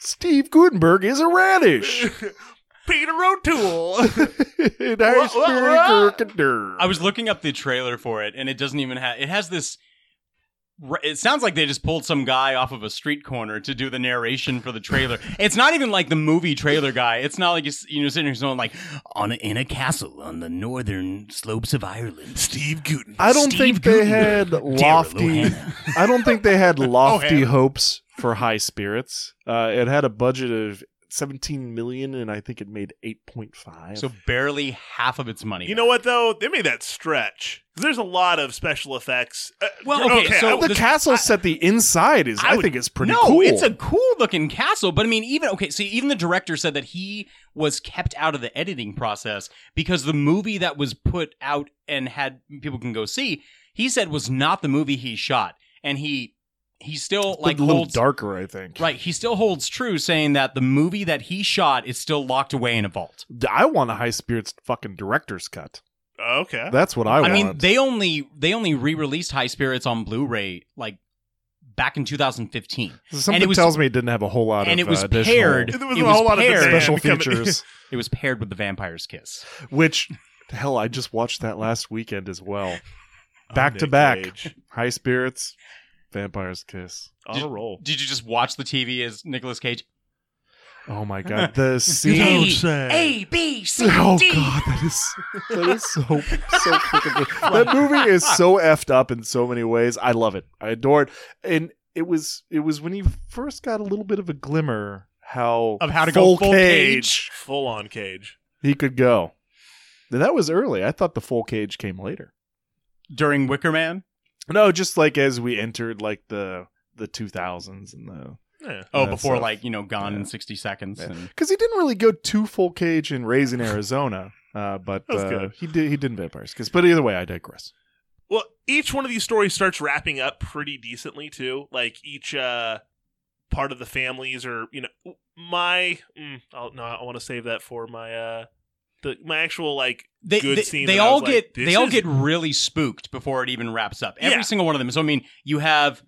D: Steve Gutenberg is a radish.
C: Peter O'Toole.
D: in high
C: Wha- wha-
D: spirits. kaburkadur.
B: I was looking up the trailer for it, and it doesn't even have. It has this. r- It sounds like they just pulled some guy off of a street corner to do the narration for the trailer. It's not even like the movie trailer guy. It's not like you s- you know sitting here someone like on a, in a castle on the northern slopes of Ireland.
C: Steve Guten.
D: I don't
B: Steve
D: think they had lofty. I don't think they had
B: Oh,
D: lofty hopes for High Spirits. Uh, it had a budget of 17 million, and I think it made 8.5.
B: So barely half of its money.
C: You know what though? They made that stretch. There's a lot of special effects. Uh,
B: Well, okay, so
C: I-
D: the
B: this-
D: castle set, the inside is. I,
B: would-
D: think is pretty
B: no,
D: cool.
B: it's a cool looking castle, but I mean, even okay, see, even the director said that he was kept out of the editing process because the movie that was put out and had people can go see, he said was not the movie he shot, and he he still like
D: a little
B: holds
D: darker. I think.
B: right, he still holds true, saying that the movie that he shot is still locked away in a vault.
D: I want a High Spirits fucking director's cut.
C: Okay,
D: That's what I
B: I mean,
D: want.
B: they only they only re-released High Spirits on Blu-ray like back in 2015.
D: Something
B: and it was,
D: tells me it didn't have a whole lot of
B: and it was
D: uh, additional-
B: paired. it was paired,
D: special features.
B: it was paired with The Vampire's Kiss.
D: which hell I just watched that last weekend as well. Back to
B: Nick
D: back.
B: Cage.
D: High spirits, vampire's kiss.
B: did, Did you just watch the TV as Nicolas Cage?
D: Oh my god, the scene.
B: Don't say.
G: A, B, C,
D: Oh
G: D.
D: god, that is that is so so freaking. That movie is so effed up in so many ways. I love it. I adore it. And it was it was when you first got a little bit of a glimmer how
C: of how to
D: full
C: go full
D: cage,
C: full on cage.
D: he could go. That was early. I thought the full cage came later.
B: During Wicker Man?
D: No, just like as we entered like the the 2000s and the
B: Oh,
D: that
B: before
D: stuff.
B: like you know, Gone in 60 Seconds. And,
D: because he didn't really go too full cage in Raising Arizona, uh, but
C: That's
D: uh,
C: good.
D: he did he did Vampires Kiss. But either way, I digress.
C: Well, each one of these stories starts wrapping up pretty decently too. Like each uh, part of the families, or you know, my mm, I'll, no, I want to save that for my uh, the my actual like
B: they,
C: good
B: they,
C: scene.
B: they
C: that I
B: all
C: was like,
B: get
C: "This
B: they all
C: is
B: get really spooked before it even wraps up. Every
C: Yeah.
B: single one of them. So I mean, you have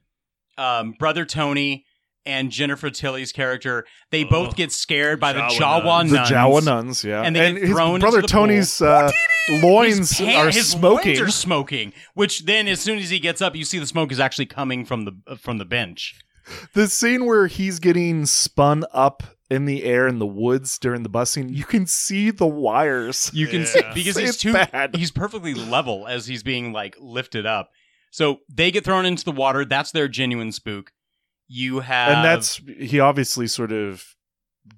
B: um, brother Tony and Jennifer Tilly's character. They both get scared by the Jawa nuns.
D: the Jawa nuns, yeah,
B: And they get
D: his
B: thrown
D: brother
B: into the pool.
D: Tony's uh, loins
B: His pan-
D: are
B: his
D: smoking.
B: loins are smoking. Which then, as soon as he gets up, you see the smoke is actually coming from the uh, from the bench.
D: the scene where he's getting spun up in the air in the woods during the bus scene, you can see the wires.
B: You can see because he's too he's perfectly level as he's being like lifted up. So they get thrown into the water. That's their genuine spook. You have
C: Um,
D: and that's he obviously sort of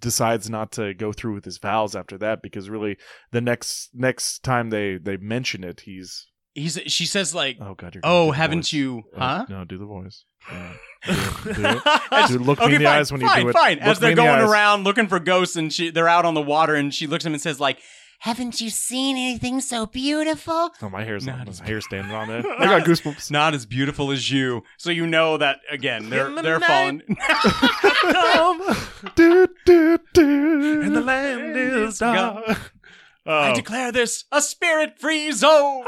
D: decides not to go through with his vows after that because really the next next time they they mention it he's
B: he's she says like
D: oh god you're gonna do
B: oh
D: the
B: haven't
D: voice.
B: you
D: Oh,
B: huh
D: no do the voice Yeah. Do it. Do it. Dude, look me in the
B: fine,
D: eyes when
B: fine,
D: you do it
B: Fine,
D: Look
B: As
D: me
B: they're
D: in the
B: going
D: eyes.
B: around looking for ghosts, and she, they're out on the water, and she looks at him and says, "Like,
K: Haven't you seen anything so beautiful?
D: oh my hair's on his hair standing on there
B: I got goosebumps. Not as beautiful as you." So you know that again, they're
G: In the
B: they're
G: night.
B: falling.
D: Um, do, do, do.
C: And the land is
B: dark. I
C: Oh.
B: declare this a spirit-free zone.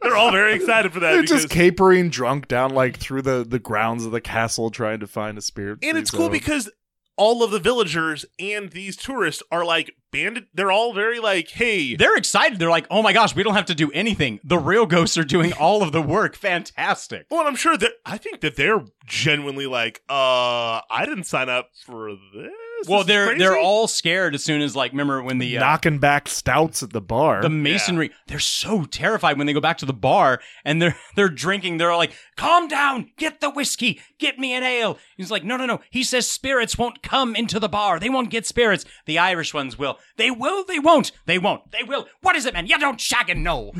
C: They're all very excited for that.
D: they're
C: because,
D: just capering drunk down like through the the grounds of the castle trying to find a spirit
C: and it's
D: free
C: cool
D: zone.
C: because all of the villagers and these tourists are like banded. They're all very like, hey,
B: They're excited. They're like, "Oh my gosh, we don't have to do anything. The real ghosts are doing all of the work. Fantastic."
C: Well, and I'm sure that I think that they're genuinely like, uh, I didn't sign up for this.
B: Well,
C: This is
B: they're
C: crazy.
B: they're all scared as soon as like remember when the uh,
D: knocking back stouts at the bar
B: the masonry they're so terrified when they go back to the bar and they're they're drinking they're all like calm down get the whiskey get me an ale he's like no no no he says spirits won't come into the bar they won't get spirits the irish ones will they will they won't they won't they will what is it man you don't shaggin' know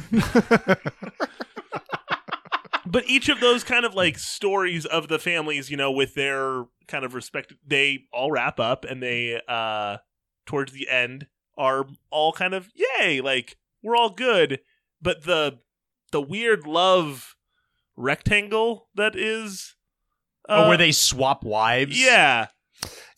C: but each of those kind of like stories of the families, you know, with their kind of respect, they all wrap up and they, uh, towards the end are all kind of, yay, like we're all good. But the, the weird love rectangle that is, uh,
B: oh, where they swap wives
C: yeah,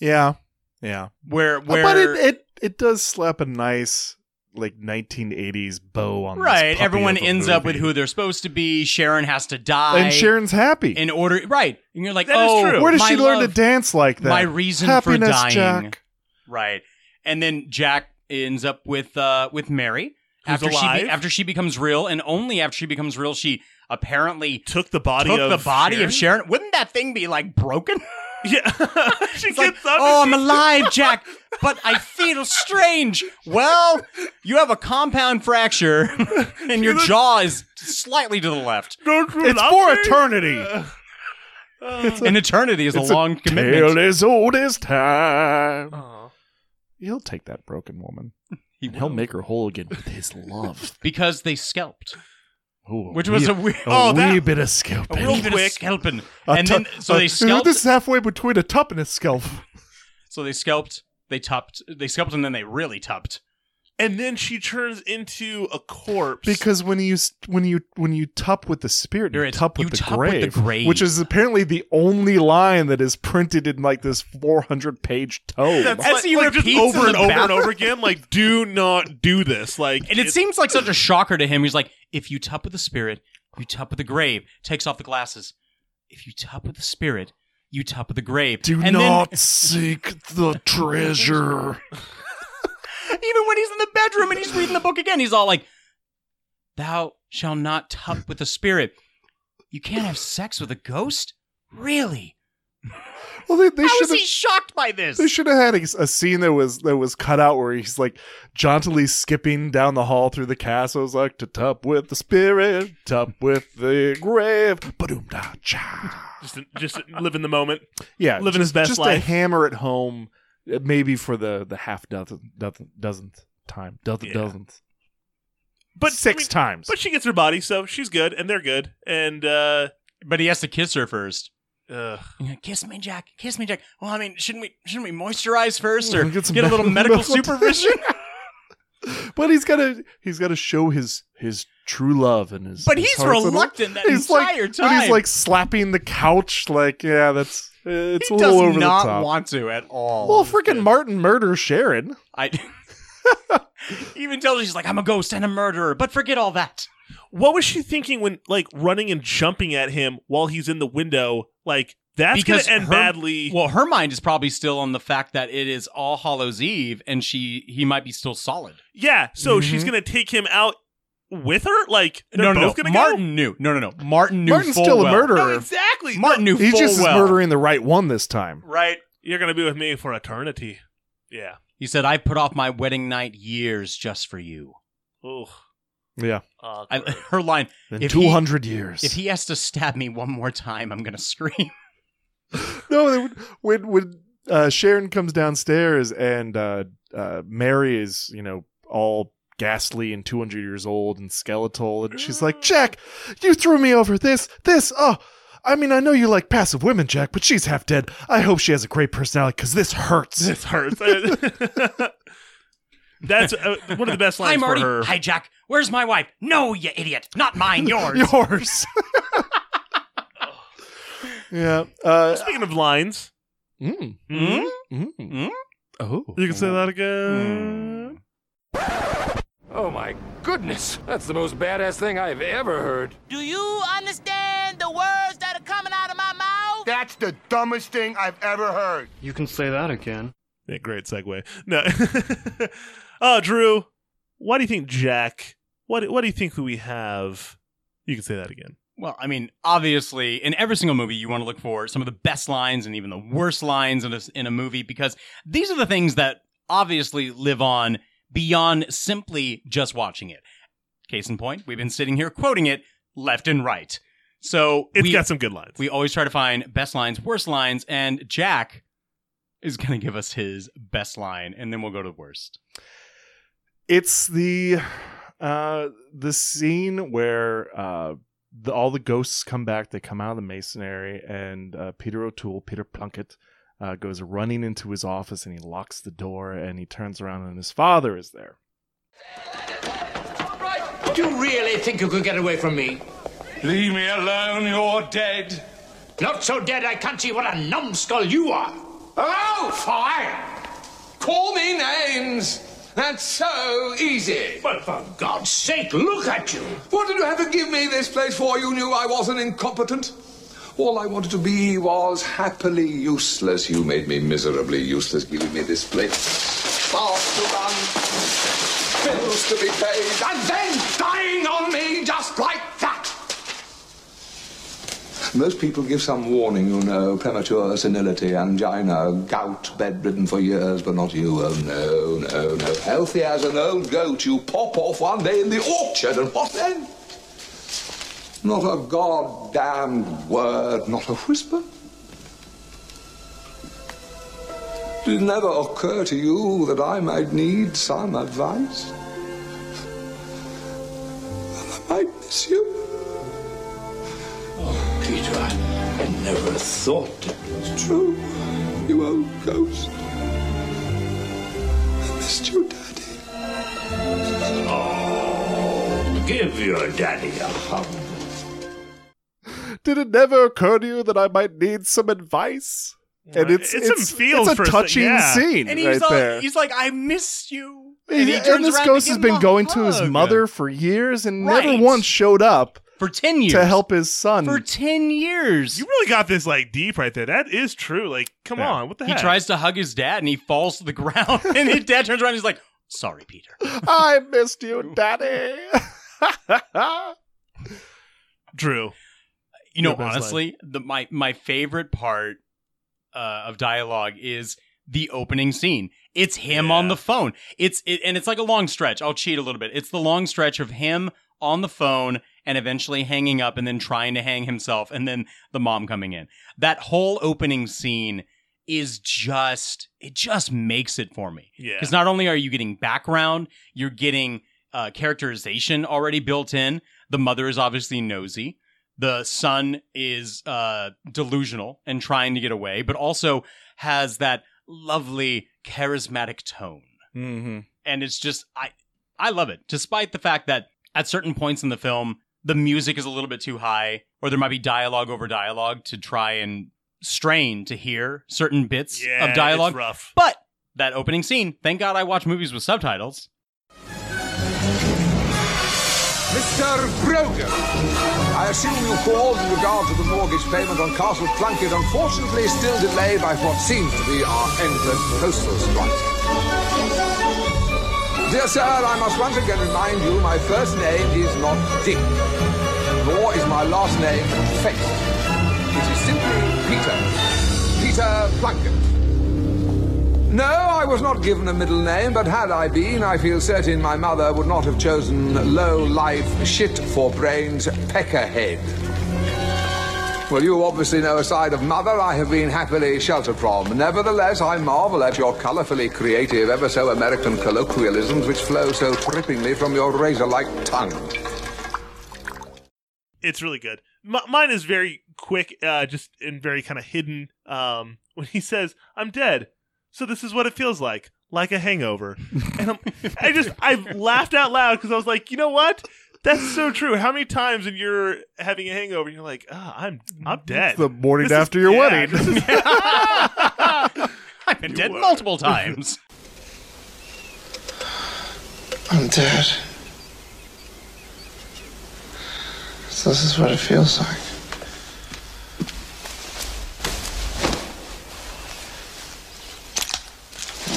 D: yeah yeah
B: where
D: Uh,
B: where
D: but it, it it does slap a nice like 1980s bow on this
B: right
D: puppy
B: everyone
D: of a
B: ends up with
D: movie.
B: who they're supposed to be sharon has to die
D: and Sharon's happy.
B: in order right and you're like
C: That is
B: oh
C: true.
D: Where does
B: my
D: she learn to
B: love-
D: dance like that?
B: My reason for
D: Happiness,
B: dying.
D: Jack.
B: Right. And then Jack ends up with uh with Mary
C: Who's
B: after she
C: alive.
B: be- after she becomes real and only after she becomes real she apparently
C: took the body
B: took
C: of
B: the body
C: Sharon?
B: of Sharon. Wouldn't that thing be like broken?
C: Yeah. she
B: gets like, Oh, I'm alive, Jack, but I feel strange. Well, you have a compound fracture and your jaw is slightly to the left.
C: Don't you
D: It's
C: love
D: for
C: me?
D: eternity. It's a-
B: An eternity Uh, is a
D: it's
B: long commitment.
D: Tale as old as time. He'll take that broken woman.
B: He
D: will make her whole again with his love.
B: Because they scalped.
D: Ooh,
B: Which was
D: wee-
B: a weird-
D: a
B: oh, that-
D: wee bit of scalping.
B: A real bit of scalping. And then so they
D: scalp.
B: scalped
D: This is halfway between a tup and a scalp.
B: So they scalped, they tupped, they scalped, and then they really tupped.
C: and then she turns into a corpse.
D: Because when you when you when you top with the spirit, you top with,
C: you
D: the,
C: tup with
D: grave,
C: the grave.
D: which is apparently the only line that is printed in like this 400 page tome.
C: That's like, like just over and over and over again. Like, do not do this. Like,
B: And it seems like such a shocker to him. He's like, if you tup with the spirit, you tup with the grave. Takes off the glasses. If you tup with the spirit, you tup with the grave.
M: Do
B: And then-
M: not seek the treasure.
B: Even when he's in the bedroom and he's reading the book again, he's all like, Thou shall not tup with the spirit. You can't have sex with a ghost? Really?
D: Well, they, they
B: How is
D: should've-
B: he shocked by this?
D: They should have had a, a scene that was that was cut out where he's like jauntily skipping down the hall through the castle. It's like to top with the spirit, top with the grave. Ba-doom da cha.
C: just just live in the moment.
D: Yeah, just,
C: living his best
D: just to
C: life.
D: hammer it home, uh, maybe for the the half dozen dozen dozenth time, dozen dozenth.
C: but
D: six times.
C: But she gets her body, so she's good, and they're good. And uh
B: but he has to kiss her first.
C: Ugh.
B: Kiss me, Jack. Kiss me, Jack. Well, I mean, shouldn't we shouldn't we moisturize first or
D: Get
B: get,
D: some
B: a little
D: medical-
B: medical supervision?
D: But he's gotta he's gotta show his his true love and his.
B: But
D: his
B: he's
D: heart's in it.
B: reluctant that
D: he's like,
B: entire
D: But
B: time.
D: he's like slapping the couch. Like yeah, that's uh, it's
B: he
D: a little
B: does
D: over
B: not
D: the top.
B: want to at all.
D: well, freaking Martin murder Sharon.
B: I He even tells her she's like, I'm a ghost and a murderer, but forget all that.
C: What was she thinking when like running and jumping at him while he's in the window? Like that's gonna end
B: her-
C: badly.
B: Well, her mind is probably still on the fact that it is All Hallows Eve, and she he might be still solid.
C: Yeah, so
B: Mhm.
C: she's gonna take him out with her. Like they're
B: No, no, no.
C: both gonna
B: Martin
C: go?
B: knew. No, no, no. Martin knew.
D: Martin's
B: full
D: still a
B: well.
D: murderer.
C: No, exactly.
B: Martin knew
D: He's
B: full
D: just is
B: well.
D: murdering the right one this time.
C: Right. You're gonna be with me for eternity. Yeah.
B: He said, "I put off my wedding night years just for you."
C: Oh.
D: Yeah.
B: I, her line.
D: In
B: "If
D: 200
B: he-
D: years."
B: If he has to stab me one more time, I'm gonna scream.
D: no, they would- when when uh, Sharon comes downstairs and uh, uh, Mary is you know all ghastly and 200 years old and skeletal, and she's
C: Mm.
D: like, "Jack, you threw me over this, this, oh." I mean, I know you like passive women, Jack, but she's half dead. I hope she has a great personality because this hurts.
C: This hurts. That's uh, one of the best
B: Hi,
C: lines
B: Marty.
C: for her.
B: Hi, Jack. Where's my wife? No, you idiot. Not mine. Yours.
D: yours. yeah. Uh,
C: Speaking of lines.
D: Mm.
C: Mm?
D: Mm. Oh.
C: You can say that again.
N: Oh my goodness, that's the most badass thing I've ever heard.
O: Do you understand the words that are coming out of my mouth?
J: That's the dumbest thing I've ever heard.
C: You can say that again. Yeah, great segue. No. uh, Drew, why do you think Jack? What What do you think we have? You can say that again.
B: Well, I mean, obviously, in every single movie, you want to look for some of the best lines and even the worst lines in a, in a movie because these are the things that obviously live on beyond simply just watching it. Case in point, we've been sitting here quoting it left and right. So
C: It's
B: we-
C: got some good lines.
B: We always try to find best lines, worst lines, and Jack is going to give us his best line, and then we'll go to the worst.
D: it's the uh the scene where uh the, all the ghosts come back they come out of the masonry and uh, peter o'toole peter plunkett uh, goes running into his office and he locks the door and he turns around and his father is there
O: Do you really think you could get away from me?
I: Leave me alone, you're dead.
O: Not so dead I can't see what a numbskull you are. Oh, fine. Call me names. That's so easy. But for God's sake, look at you.
I: What did you have to give me this place for? You knew I was an incompetent. All I wanted to be was happily useless. You made me miserably useless giving me this place.
G: Fast to run, bills to be paid, and then dying on me just like that.
I: Most people give some warning, you know, premature senility, angina, gout, bedridden for years, but not you. Oh, no, no, no. Healthy as an old goat, you pop off one day in the orchard, and what then? Not a goddamn word, not a whisper. Did it never occur to you that I might need some advice? I might miss you.
O: Peter, I never thought it
I: was true. You old ghost. I missed you, Daddy.
O: Give your daddy a hug.
D: Did it never occur to you that I might need some advice? And it's
C: It's
D: it's,
C: some feel
D: it's a
C: for a se-
D: touching
C: yeah.
D: scene
B: And
D: right
B: he's, all,
D: there.
B: he's like, I missed you.
D: And,
B: he
D: and
B: turns
D: this
B: around
D: ghost
B: to
D: has
B: give him
D: been
B: a
D: going to his
B: hug.
D: mother for years and
B: Right.
D: never once showed up
B: for 10
D: to
C: years.
D: help his son.
B: For 10 years.
C: You really got this like deep right there. That is true. Like, come on. What the
B: He
C: heck?
B: tries to hug his dad and he falls to the ground. and his dad turns around and he's like, Sorry, Peter.
D: I missed you, Daddy.
C: Drew.
B: You know,
C: Your best
B: honestly, the, my, my favorite part uh, of dialogue is the opening scene. It's him on the phone. It's it, and it's like a long stretch. I'll cheat a little bit. It's the long stretch of him on the phone and eventually hanging up and then trying to hang himself and then the mom coming in. That whole opening scene is just it just makes it for me.
C: Yeah.
B: Because not only are you getting background, you're getting uh, characterization already built in. The mother is obviously nosy. The son is uh, delusional and trying to get away, but also has that lovely charismatic tone.
D: Mm-hmm.
B: And it's just I I love it, despite the fact that at certain points in the film the music is a little bit too high, or there might be dialogue over dialogue to try and strain to hear certain bits
C: Yeah,
B: of
C: it's
B: dialogue.
C: rough.
B: But that opening scene, thank God I watch movies with subtitles.
I: Mr. Brogan, I assume you called in regard to the mortgage payment on Castle Plunkett, unfortunately still delayed by what seems to be our endless postal strike. Dear sir, I must once again remind you my first name is not Dick, nor is my last name Fate. It is simply Peter. Peter Plunkett. No, I was not given a middle name, but had I been, I feel certain my mother would not have chosen low life, shit for brains, peckerhead. Well, you obviously know a side of mother I have been happily sheltered from. Nevertheless, I marvel at your colorfully creative, ever so American colloquialisms which flow so trippingly from your razor like tongue.
C: It's really good. M- mine is very quick, uh, just and very kind of hidden. Um, when he says, "I'm dead," so this is what it feels like, like a hangover. And I'm, I just I laughed out loud because I was like, you know what? That's so true. How many times when you're having a hangover, and you're like, ah, I'm I'm dead.
D: It's the morning
C: This is-
D: after your
C: yeah,
D: wedding.
C: this is-
B: I've been dead multiple times.
P: I'm dead. So this is what it feels like.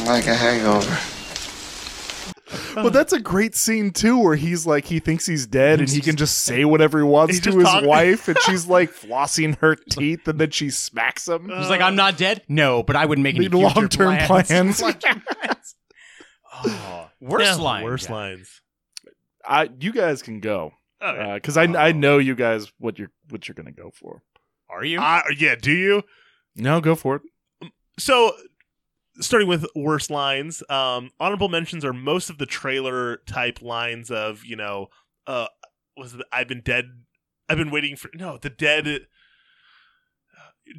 P: Like a hangover.
D: Well, that's a great scene too, where he's like he thinks he's dead and he can just say whatever he wants
B: He's
D: to
B: just
D: his
B: talking.
D: wife, and she's like flossing her teeth, and then she smacks him.
B: He's like, I'm not dead. No, but I wouldn't make any
D: Made
B: future
D: long-term
B: plans.
D: plans.
B: oh, worse
D: Yeah,
B: line.
D: worse
C: lines.
D: I, you guys can go
C: Okay.
D: because I I know you guys what you're what you're gonna go for.
B: Are you?
C: Uh, yeah. Do you?
D: No, go for it.
C: so starting with worst lines um honorable mentions are most of the trailer type lines of you know uh was it i've been dead i've been waiting for no the dead uh,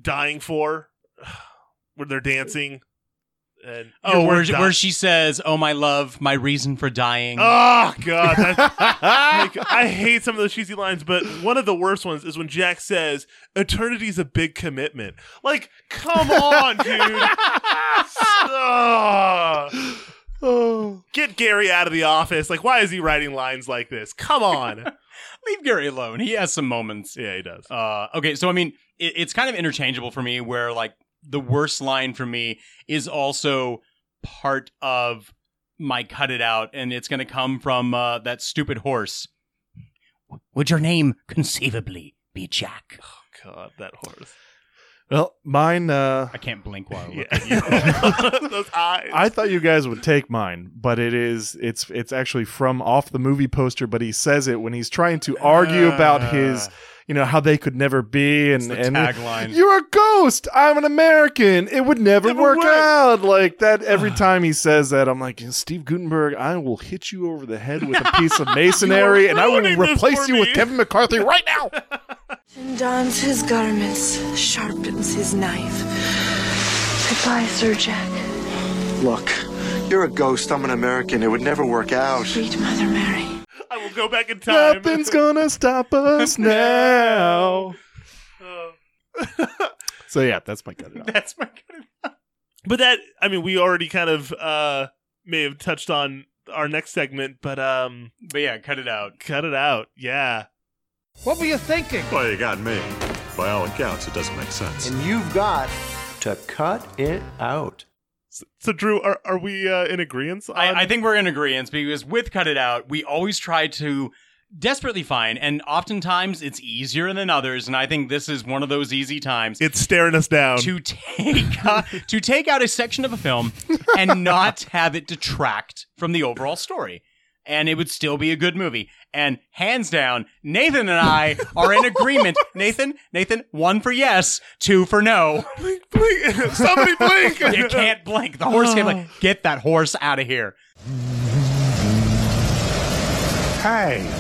C: dying for where they're dancing and
B: Oh,
C: You're
B: where,
C: worth dying-
B: where she says, "Oh my love, my reason for dying."
C: Oh god, that, like, I hate some of those cheesy lines, but one of the worst ones is when Jack says, "Eternity's a big commitment." Like, come on, dude. Ugh. Get Gary out of the office. Like, why is he writing lines like this? Come on.
B: Leave Gary alone. He has some moments.
C: Yeah, he does.
B: Uh, okay, so I mean, it, it's kind of interchangeable for me, where like the worst line for me is also part of my cut it out, and it's going to come from uh, that stupid horse. Would your name conceivably be Jack?
C: Oh God, that horse.
D: Well, mine. Uh,
B: I can't blink while I look
C: at you. Those eyes.
D: I thought you guys would take mine, but it is it's it's actually from off the movie poster, but he says it when he's trying to argue about his you know how they could never be and and
B: tagline.
D: you're a ghost i'm an american it would never, work, out like that every time he says that i'm like steve gutenberg i will hit you over the head with a piece of masonry and i will
Q: ruining this
D: replace
Q: for
D: you with
Q: me.
D: kevin mccarthy right now
Q: And dons his garments, sharpens his knife. Goodbye, Sir Jack.
P: look
J: You're a ghost. I'm an American. It would never work out.
Q: Sweet Mother Mary.
C: I will go back in time.
D: Nothing's gonna stop us now. so yeah, that's my cut it off.
B: That's my
C: But that I mean, we already kind of uh may have touched on our next segment, but um
B: But yeah, cut it out.
C: Cut it out, yeah.
R: What were you thinking?
S: Well, you got me. By all accounts, it doesn't make sense.
R: And you've got to cut it out.
C: So, Drew, are, are we uh, in agreement?
B: I, I think we're in agreement because with Cut It Out, we always try to desperately find, and oftentimes it's easier than others. And I think this is one of those easy times
C: It's um, staring us down.
B: to take out, to take out a section of a film and not have it detract from the overall story. And it would still be a good movie. And hands down, Nathan and I are in agreement. Nathan, Nathan, one for yes, two for no.
C: Somebody blink!
B: you can't blink. The horse can't blink. Get that horse out of here.
T: Hey,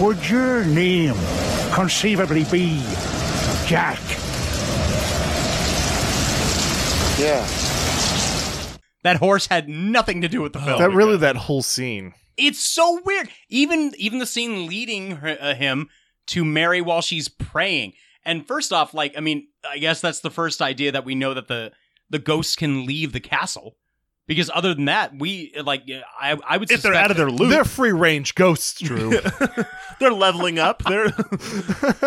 T: would your name conceivably be Jack?
B: Yeah. That horse had nothing to do
C: Oh,
B: with the film.
D: that really that whole scene.
B: It's so weird. Even even the scene leading her, uh, him to Mary while she's praying. And first off, like I mean, I guess that's the first idea that we know that the the ghosts can leave the castle. Because other than that, we like I I would
C: If they're out of their loop.
D: They're free range ghosts, Drew.
C: They're leveling up. They're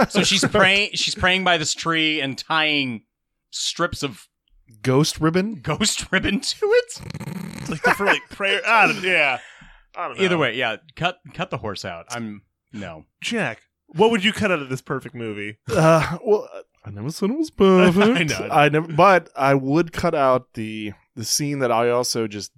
B: so she's praying she's praying by this tree and tying strips of
D: Ghost ribbon.
B: ghost ribbon to it.
C: like for like prayer. I don't, yeah. I don't know.
B: Either way, yeah, cut cut the horse out. I'm no.
C: Jack, what would you cut out of this perfect movie?
D: Uh, well, I never said it was perfect.
C: I know.
D: I never, but I would cut out the the scene that I also just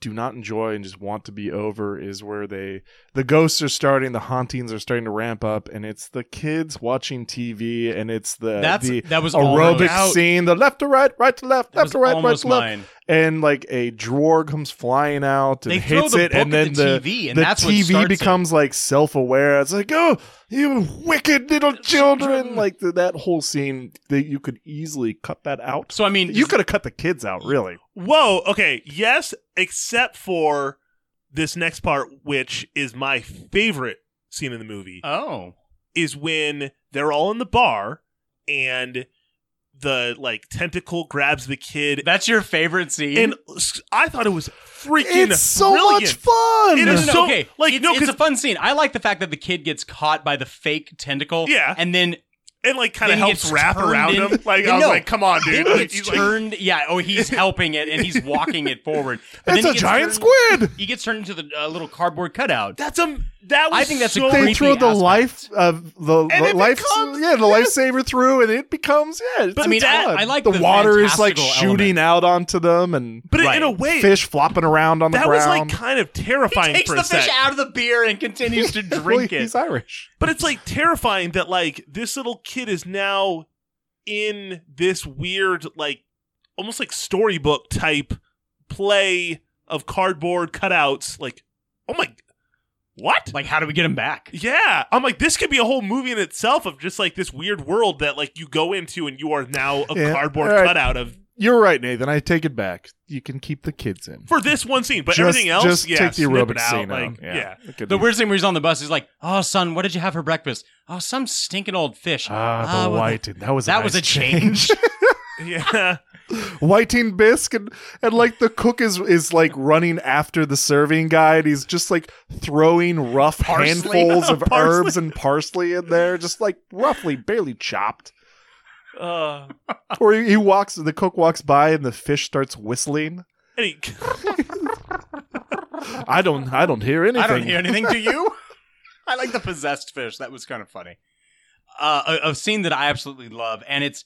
D: do not enjoy and just want to be over is where they the ghosts are starting, the hauntings are starting to ramp up, and it's the kids watching TV, and it's the
B: That's-
D: Uh, the
B: that was
D: aerobic
B: almost-
D: scene, the left to right, right to left, left
B: was
D: to right, right
B: almost
D: to left,
B: mine.
D: and like a drawer comes flying out and
B: They throw
D: hits
B: the
D: it,
B: book
D: and then
B: at
D: the
B: the TV, and
D: the
B: that's what
D: TV
B: starts it.
D: becomes like self aware. It's like, oh, you wicked little children! Like th- that whole scene that you could easily cut that out.
B: So I mean,
D: you could have cut the kids out, really.
C: Whoa, okay, yes, except for this next part, which is my favorite scene in the movie.
B: Oh.
C: Is when they're all in the bar and the like tentacle grabs the kid.
B: That's your favorite scene.
C: And s- I thought it was freaking
D: It's so
C: brilliant.
D: much fun!
C: It
B: No,
C: is
B: no, no,
C: so
B: okay.
C: like
B: it's,
C: no
B: it's a fun scene. I like the fact that the kid gets caught by the fake tentacle.
C: Yeah.
B: and then
C: and like kind
B: then
C: of
B: he
C: helps
B: gets
C: wrap
B: turned
C: around
B: in-
C: him. Like I was
B: No.
C: like, come on,
B: Then
C: dude. Like,
B: he gets
C: he's like-
B: turned. yeah. Oh, he's helping it and he's walking it forward. But then
D: It's
B: he
D: a
B: gets
D: giant
B: turned-
D: squid.
B: He gets turned into the uh, little cardboard cutout.
C: That's a that
B: I think that's a
D: they
B: creepy
D: throw the
B: aspect.
D: life of the,
B: And
D: the
B: it
D: life,
B: becomes-
D: yeah, the lifesaver through, and it becomes yeah. It's
B: But I mean, I-
D: fun.
B: I like
D: the,
B: the
D: water is like
B: fantastical
D: shooting out onto them, and
C: But in- in a way-
D: fish flopping around on the
C: that was like
D: ground.
C: kind of terrifying
B: Takes
C: for
B: the
C: a sec.
B: fish out of the beer and continues to drink
D: Well,
B: it.
D: He's Irish.
C: But it's like terrifying that like this little kid is now in this weird like almost like storybook type play of cardboard cutouts. Like, oh my, what?
B: Like, how do we get him back?
C: Yeah, I'm like this could be a whole movie in itself of just like this weird world that like you go into and you are now a
D: Yeah,
C: cardboard
D: all right.
C: cutout of
D: You're right, Nathan. I take it back. You can keep the kids in.
C: for this one scene, but
D: Just-
C: everything else,
D: just
C: yeah,
D: take the
C: snip
D: aerobic
C: it out,
D: scene out.
C: like,
D: Yeah.
C: yeah.
D: It could
B: The
D: be.
B: weird thing when he's on the bus is like, "Oh, son, what did you have for breakfast? Oh, some stinking old fish.
D: Ah, the
B: well,
D: whiting. That was a
B: that
D: nice
B: was a change.
C: Yeah.
D: whiting bisque and, and like the cook is is like running after the serving guy and he's just like throwing rough
B: Parsley.
D: handfuls of
B: Parsley.
D: herbs and parsley in there just like roughly barely chopped
C: Uh,
D: or he, he walks the cook walks by and the fish starts whistling
C: and he-
D: i don't i don't hear anything
B: I don't hear anything. Do you? I like the possessed fish. That was kind of funny. Uh, a, a scene that I absolutely love, and it's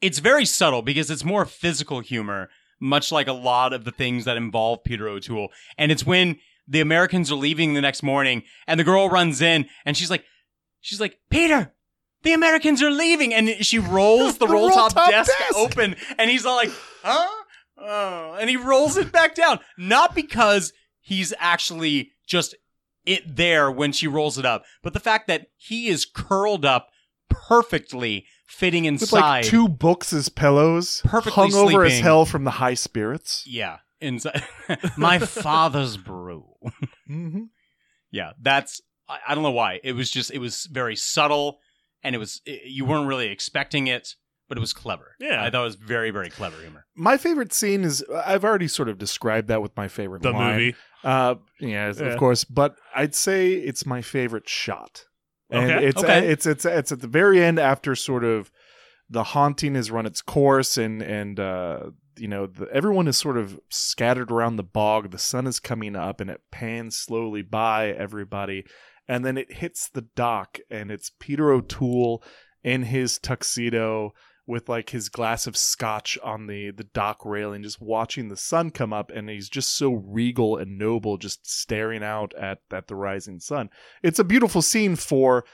B: it's very subtle because it's more physical humor, much like a lot of the things that involve Peter O'Toole. And it's when the Americans are leaving the next morning, and the girl runs in, and she's like, she's like, Peter. The Americans are leaving, and she rolls the,
D: The
B: roll top
D: roll-top
B: desk,
D: desk.
B: open, and he's all like, "Huh? Oh!" And he rolls it back down, not because he's actually just it there when she rolls it up. But the fact that he is curled up perfectly fitting
D: with
B: inside.
D: like two books as pillows
B: Perfectly
D: hung over as
B: sleeping.
D: hell from the high spirits
B: yeah. inside my father's brew. Mm-hmm.
D: Mhm.
B: Yeah, that's I, I don't know why. It was just it was very subtle, and it was i you weren't really expecting it, but it was clever.
D: Yeah.
B: I thought it was very very clever humor.
D: My favorite scene is I've already sort of described that with my favorite
C: The
D: line.
C: movie.
D: Uh, yes,
C: Yeah.
D: of course, but I'd say it's my favorite shot. And
C: Okay.
D: it's
C: Okay.
D: it's it's it's at the very end after sort of the haunting has run its course and and uh you know the, everyone is sort of scattered around the bog the sun is coming up and it pans slowly by everybody and then it hits the dock and it's Peter O'Toole in his tuxedo with like his glass of scotch on the the dock railing just watching the sun come up and he's just so regal and noble just staring out at at the rising sun it's a beautiful scene for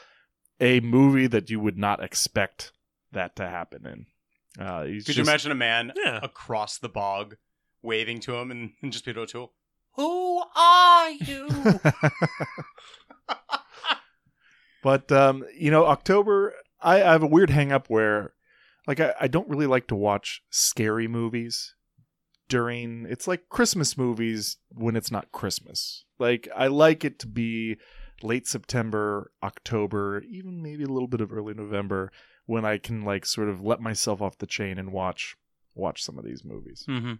D: a movie that you would not expect that to happen in uh he's
B: Could you
D: just-
B: imagine a man across the bog waving to him and, and just Peter O'Toole? Who are you?
D: But um, you know, October, I, I have a weird hang up where like I, I don't really like to watch scary movies during it's like Christmas movies when it's not Christmas. Like I like it to be late September, October, even maybe a little bit of early November when I can like sort of let myself off the chain and watch watch some of these movies.
B: Mm-hmm.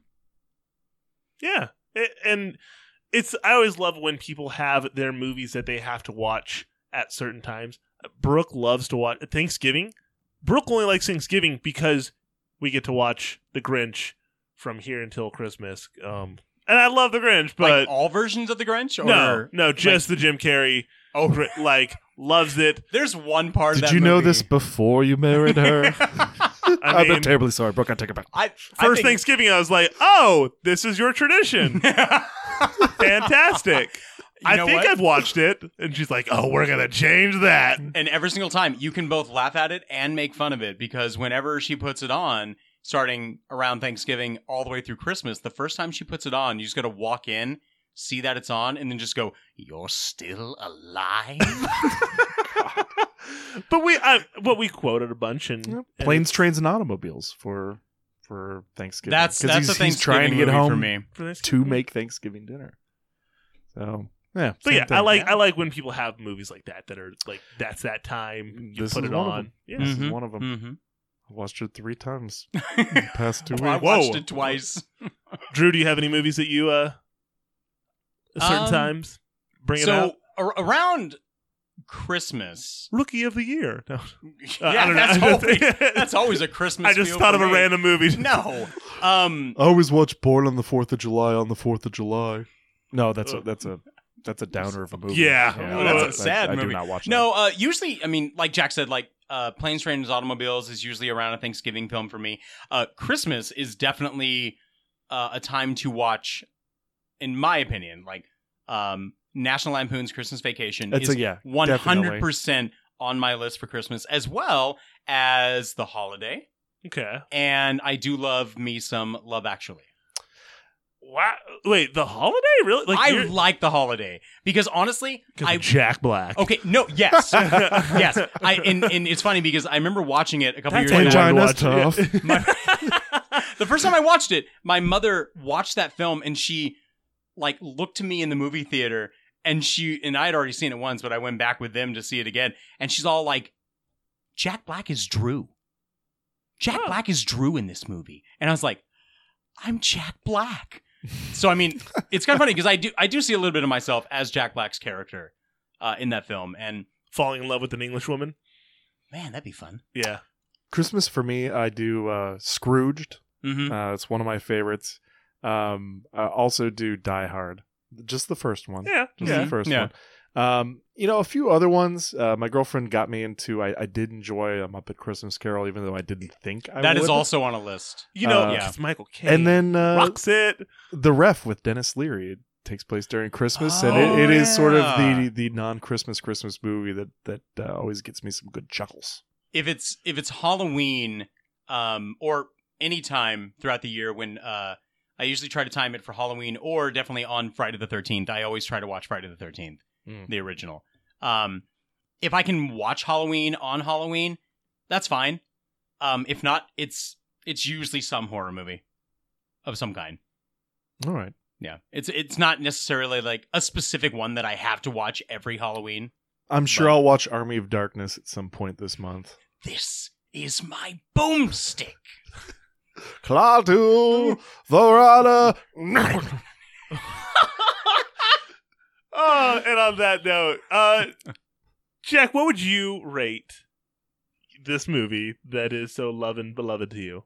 C: Yeah, it, and it's I always love when people have their movies that they have to watch at certain times. Brooke loves to watch Thanksgiving. Brooke only likes Thanksgiving because we get to watch The Grinch from here until Christmas. Um, and I love The Grinch, but
B: like all versions of the Grinch? Or
C: no, no, just the Jim Carrey. Oh, like loves it.
B: There's one part of
D: Did
B: that
D: you know
B: movie-
D: this before you married her? I am
C: mean-
D: terribly sorry, Brooke. I take it back.
B: I,
C: First Thanksgiving, I was like, "Oh, this is your tradition. Fantastic." I
B: know
C: think
B: what?
C: I've watched it, and she's like, "Oh, we're gonna change that."
B: And every single time, you can both laugh at it and make fun of it because whenever she puts it on, starting around Thanksgiving all the way through Christmas, the first time she puts it on, you just got to walk in, see that it's on, and then just go, "You're still alive."
C: But we, I, but we quoted a bunch and Mm-hmm. and-
D: planes, trains, and automobiles for for Thanksgiving.
C: That's-
D: 'Cause
C: that's
D: he's,
C: a
D: he's trying to
C: Thanksgiving
D: get
C: movie for
D: home
C: me. For Thanksgiving.
D: to make Thanksgiving dinner. So yeah,
C: But
D: same
C: yeah,
D: thing.
C: I like I like when people have movies like that that are like that's that time you
D: This
C: put
D: is
C: it
D: one of
C: on.
D: them. This
C: Mm-hmm.
D: is one of them.
B: Mm-hmm.
D: I watched it three times in the past two weeks.
B: Well, Oh, I watched it twice.
C: Drew, do you have any movies that you uh at certain
B: Um,
C: times bring
B: so
C: it out?
B: ar- around Christmas,
C: Rookie of the year. No, Uh,
B: yeah,
C: I don't know.
B: that's,
C: I just-
B: always, that's always a Christmas.
C: I just
B: feel
C: thought
B: for
C: of
B: me.
C: a random movie.
B: No, um,
D: I always watch porn on the Fourth of July on the Fourth of July. No, that's a that's a that's a downer of a movie.
B: Well, that's a
D: I-
B: sad
D: I,
B: movie.
D: I do not watch.
B: no, uh, usually, I mean, like Jack said, like uh, planes, trains, automobiles is usually around a Thanksgiving film for me. Uh, Christmas is definitely uh, a time to watch, in my opinion. Like um, National Lampoon's Christmas Vacation
D: It's a-
B: is
D: yeah,
B: one hundred percent on my list for Christmas, as well as The Holiday.
C: Okay.
B: And I do love me some Love Actually.
C: Wow. Wait, The Holiday? Really? Like,
B: I
C: you're-
B: like The Holiday because honestly, I
C: Jack Black.
B: Okay, no, yes, yes. I and, and it's funny because I remember watching it a couple
D: That's
B: years ago.
D: Vagina's tough.
B: The first time I watched it, my mother watched that film and she like looked to me in the movie theater and she and I had already seen it once, but I went back with them to see it again, and she's all like, "Jack Black is Drew. Jack Black is Drew in this movie," and I was like, "I'm Jack Black." so I mean, it's kind of funny because I do I do see a little bit of myself as Jack Black's character uh, in that film, and
C: falling in love with an English woman.
B: Man, that'd be fun.
C: Yeah.
D: Christmas for me, I do uh, Scrooged.
C: Mm-hmm.
B: Mhm.
D: Uh, it's one of my favorites. Um, I also do Die Hard, just the first one.
C: Yeah,
D: just
C: yeah.
D: the first
C: Yeah.
D: one. Um, you know, a few other ones. Uh, my girlfriend got me into. I, I did enjoy a Muppet Christmas Carol, even though I didn't think I
B: That
D: would.
B: is also on a list.
C: You know,
D: Uh,
C: yeah. it's Michael Caine.
D: And then uh,
C: rocks it.
D: The Ref with Dennis Leary. It takes place during Christmas, and it, it is sort of the the non Christmas Christmas movie that that uh, always gets me some good chuckles.
B: if it's if it's Halloween um or any time throughout the year when uh I usually try to time it for Halloween or definitely on Friday the 13th. I always try to watch Friday the 13th,
D: Mm.
B: the original. Um if I can watch Halloween on Halloween, that's fine. Um if not, it's it's usually some horror movie of some kind.
D: All right.
B: Yeah. It's it's not necessarily like a specific one that I have to watch every Halloween.
D: I'm sure I'll watch Army of Darkness at some point this month.
B: This is my boomstick.
D: Klaatu, Vorada.
C: Oh, and on that note, uh, Jack, what would you rate this movie that is so loved and beloved to you?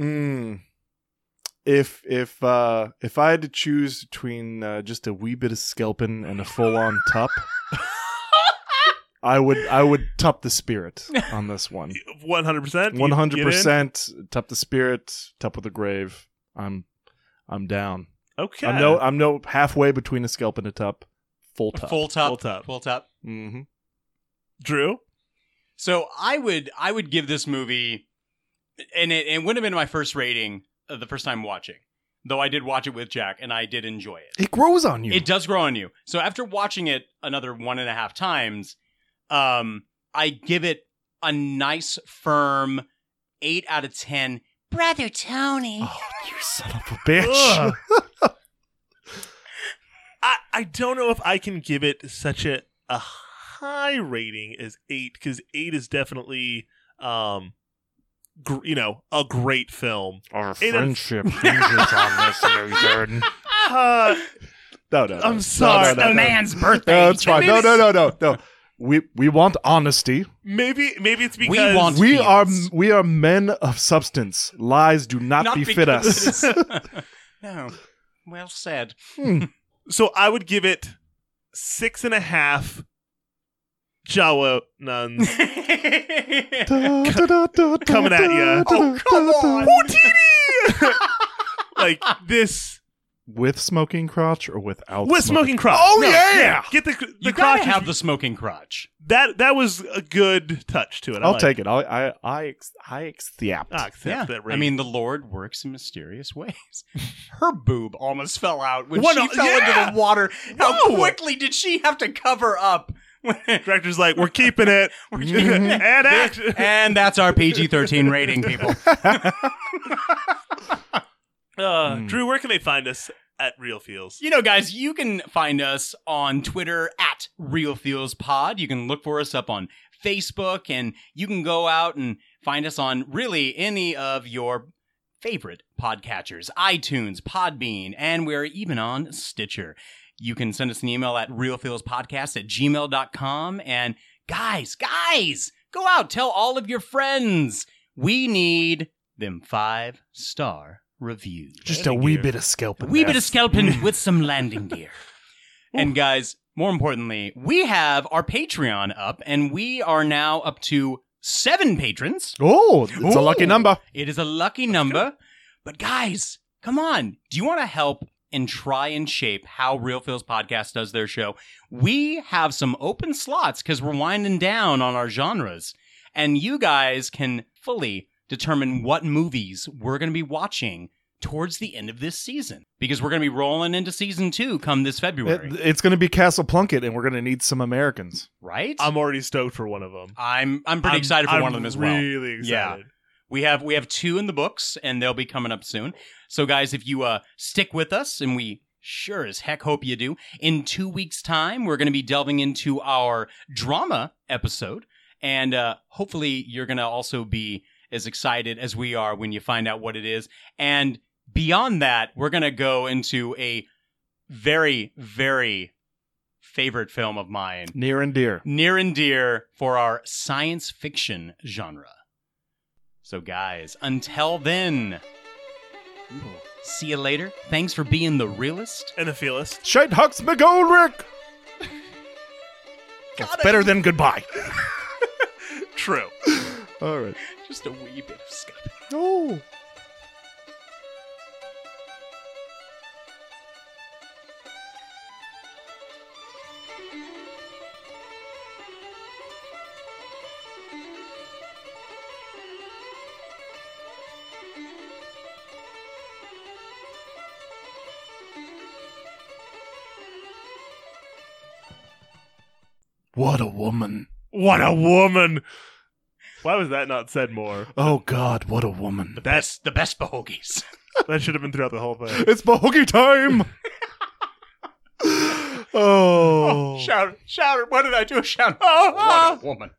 D: Mm. If if uh, if I had to choose between uh, just a wee bit of scalping and a full on tup, I would I would tup the spirit on this one.
C: One hundred percent.
D: One hundred percent tup the spirit, tup with the grave. I'm I'm down.
C: Okay.
D: I'm no I'm no halfway between a scalp and a tup. Full tup.
B: Full top.
C: Full top.
B: Full top.
D: Mm-hmm.
C: Drew?
B: So I would I would give this movie, and it, it wouldn't have been my first rating uh, the first time watching, though I did watch it with Jack and I did enjoy it.
D: It grows on you.
B: It does grow on you. So after watching it another one and a half times, um, I give it a nice firm eight out of ten.
K: Brother Tony.
D: you son of a
C: Ugh. I I don't know if I can give it such a a high rating as eight because eight is definitely um gr- you know a great film.
D: Our
C: Eight out of-
D: friendship hinges on this, you Jordan.
C: Uh,
D: No, no, no.
C: I'm sorry.
D: No, no, no, no.
C: The Oh, man's birthday.
D: No, Uh, it's fine. No,
C: Maybe-
D: no, no, no, no. We we want honesty.
C: maybe maybe it's because
D: we are we are men of substance. Lies do not, befit us.
B: no. Well said.
C: So I would give it six and a half Jawa nuns coming at you.
D: Oh,
C: come on. Houdini! like this
D: With smoking crotch or without
C: with smoking crotch. No, Get the the
B: you
C: crotch.
B: gotta have the smoking crotch.
C: that that was a good touch to it. I
D: I'll
C: like
D: take it. I'll- I I ex- I accept.
C: Ah, accept
B: Yeah.
C: that
B: I
C: rating.
B: mean, the Lord works in mysterious ways. Her boob almost fell out when
C: What
B: she
C: a-
B: fell
C: yeah!
B: into the water. How
C: Whoa!
B: quickly did she have to cover up?
C: director's like, we're keeping it. and action.
B: Mm-hmm. And that's our PG 13 rating, people.
C: Uh,
B: Hmm.
C: Drew, where can they find us at Real Feels?
B: You know, guys, you can find us on Twitter at Real Feels Pod. You can look for us up on Facebook, and you can go out and find us on really any of your favorite podcatchers iTunes, Podbean, and we're even on Stitcher. You can send us an email at realfeelspodcast at gmail.com. And guys, guys, go out, tell all of your friends. We need them five star reviews.
D: Just a wee bit of scalping.
B: A wee bit of scalping with some landing gear. and guys, more importantly, we have our Patreon up, and we are now up to seven patrons.
D: Oh, it's a lucky
B: Ooh.
D: number.
B: It is a lucky number. But guys, come on. Do you want to help and try and shape how Real Feels Podcast does their show? We have some open slots because we're winding down on our genres. And you guys can fully determine what movies we're going to be watching towards the end of this season because we're going to be rolling into season two come this February,
D: It- it's going to be Castle Plunkett, and we're going to need some Americans.
B: right?
C: I'm already stoked for one of them.
B: I'm I'm pretty
C: I'm-
B: excited for
C: I'm
B: one of them as well.
C: really
B: Yeah.
C: excited.
B: We have we have two in the books and they'll be coming up soon. So guys, if you uh stick with us and we sure as heck hope you do, in 2 weeks time we're going to be delving into our drama episode and uh hopefully you're going to also be as excited as we are when you find out what it is. And beyond that, we're going to go into a very very favorite film of mine
D: Near and dear.
B: near and dear for our science fiction genre. So, guys, until then, we will see you later. Thanks for being the realist.
C: And a feelist.
D: Shite Hucks McGoldrick. That's better than goodbye.
C: True.
D: All right.
B: Just a wee bit of scum.
D: No. What a woman.
C: What a woman. Why was that not said more?
D: Oh, God, what a woman.
C: That's
B: The best bohogies.
C: that should have been throughout the whole thing.
D: It's Bahoogie time. oh.
B: Shout, shout! What did I do? Shout! Oh, what a woman!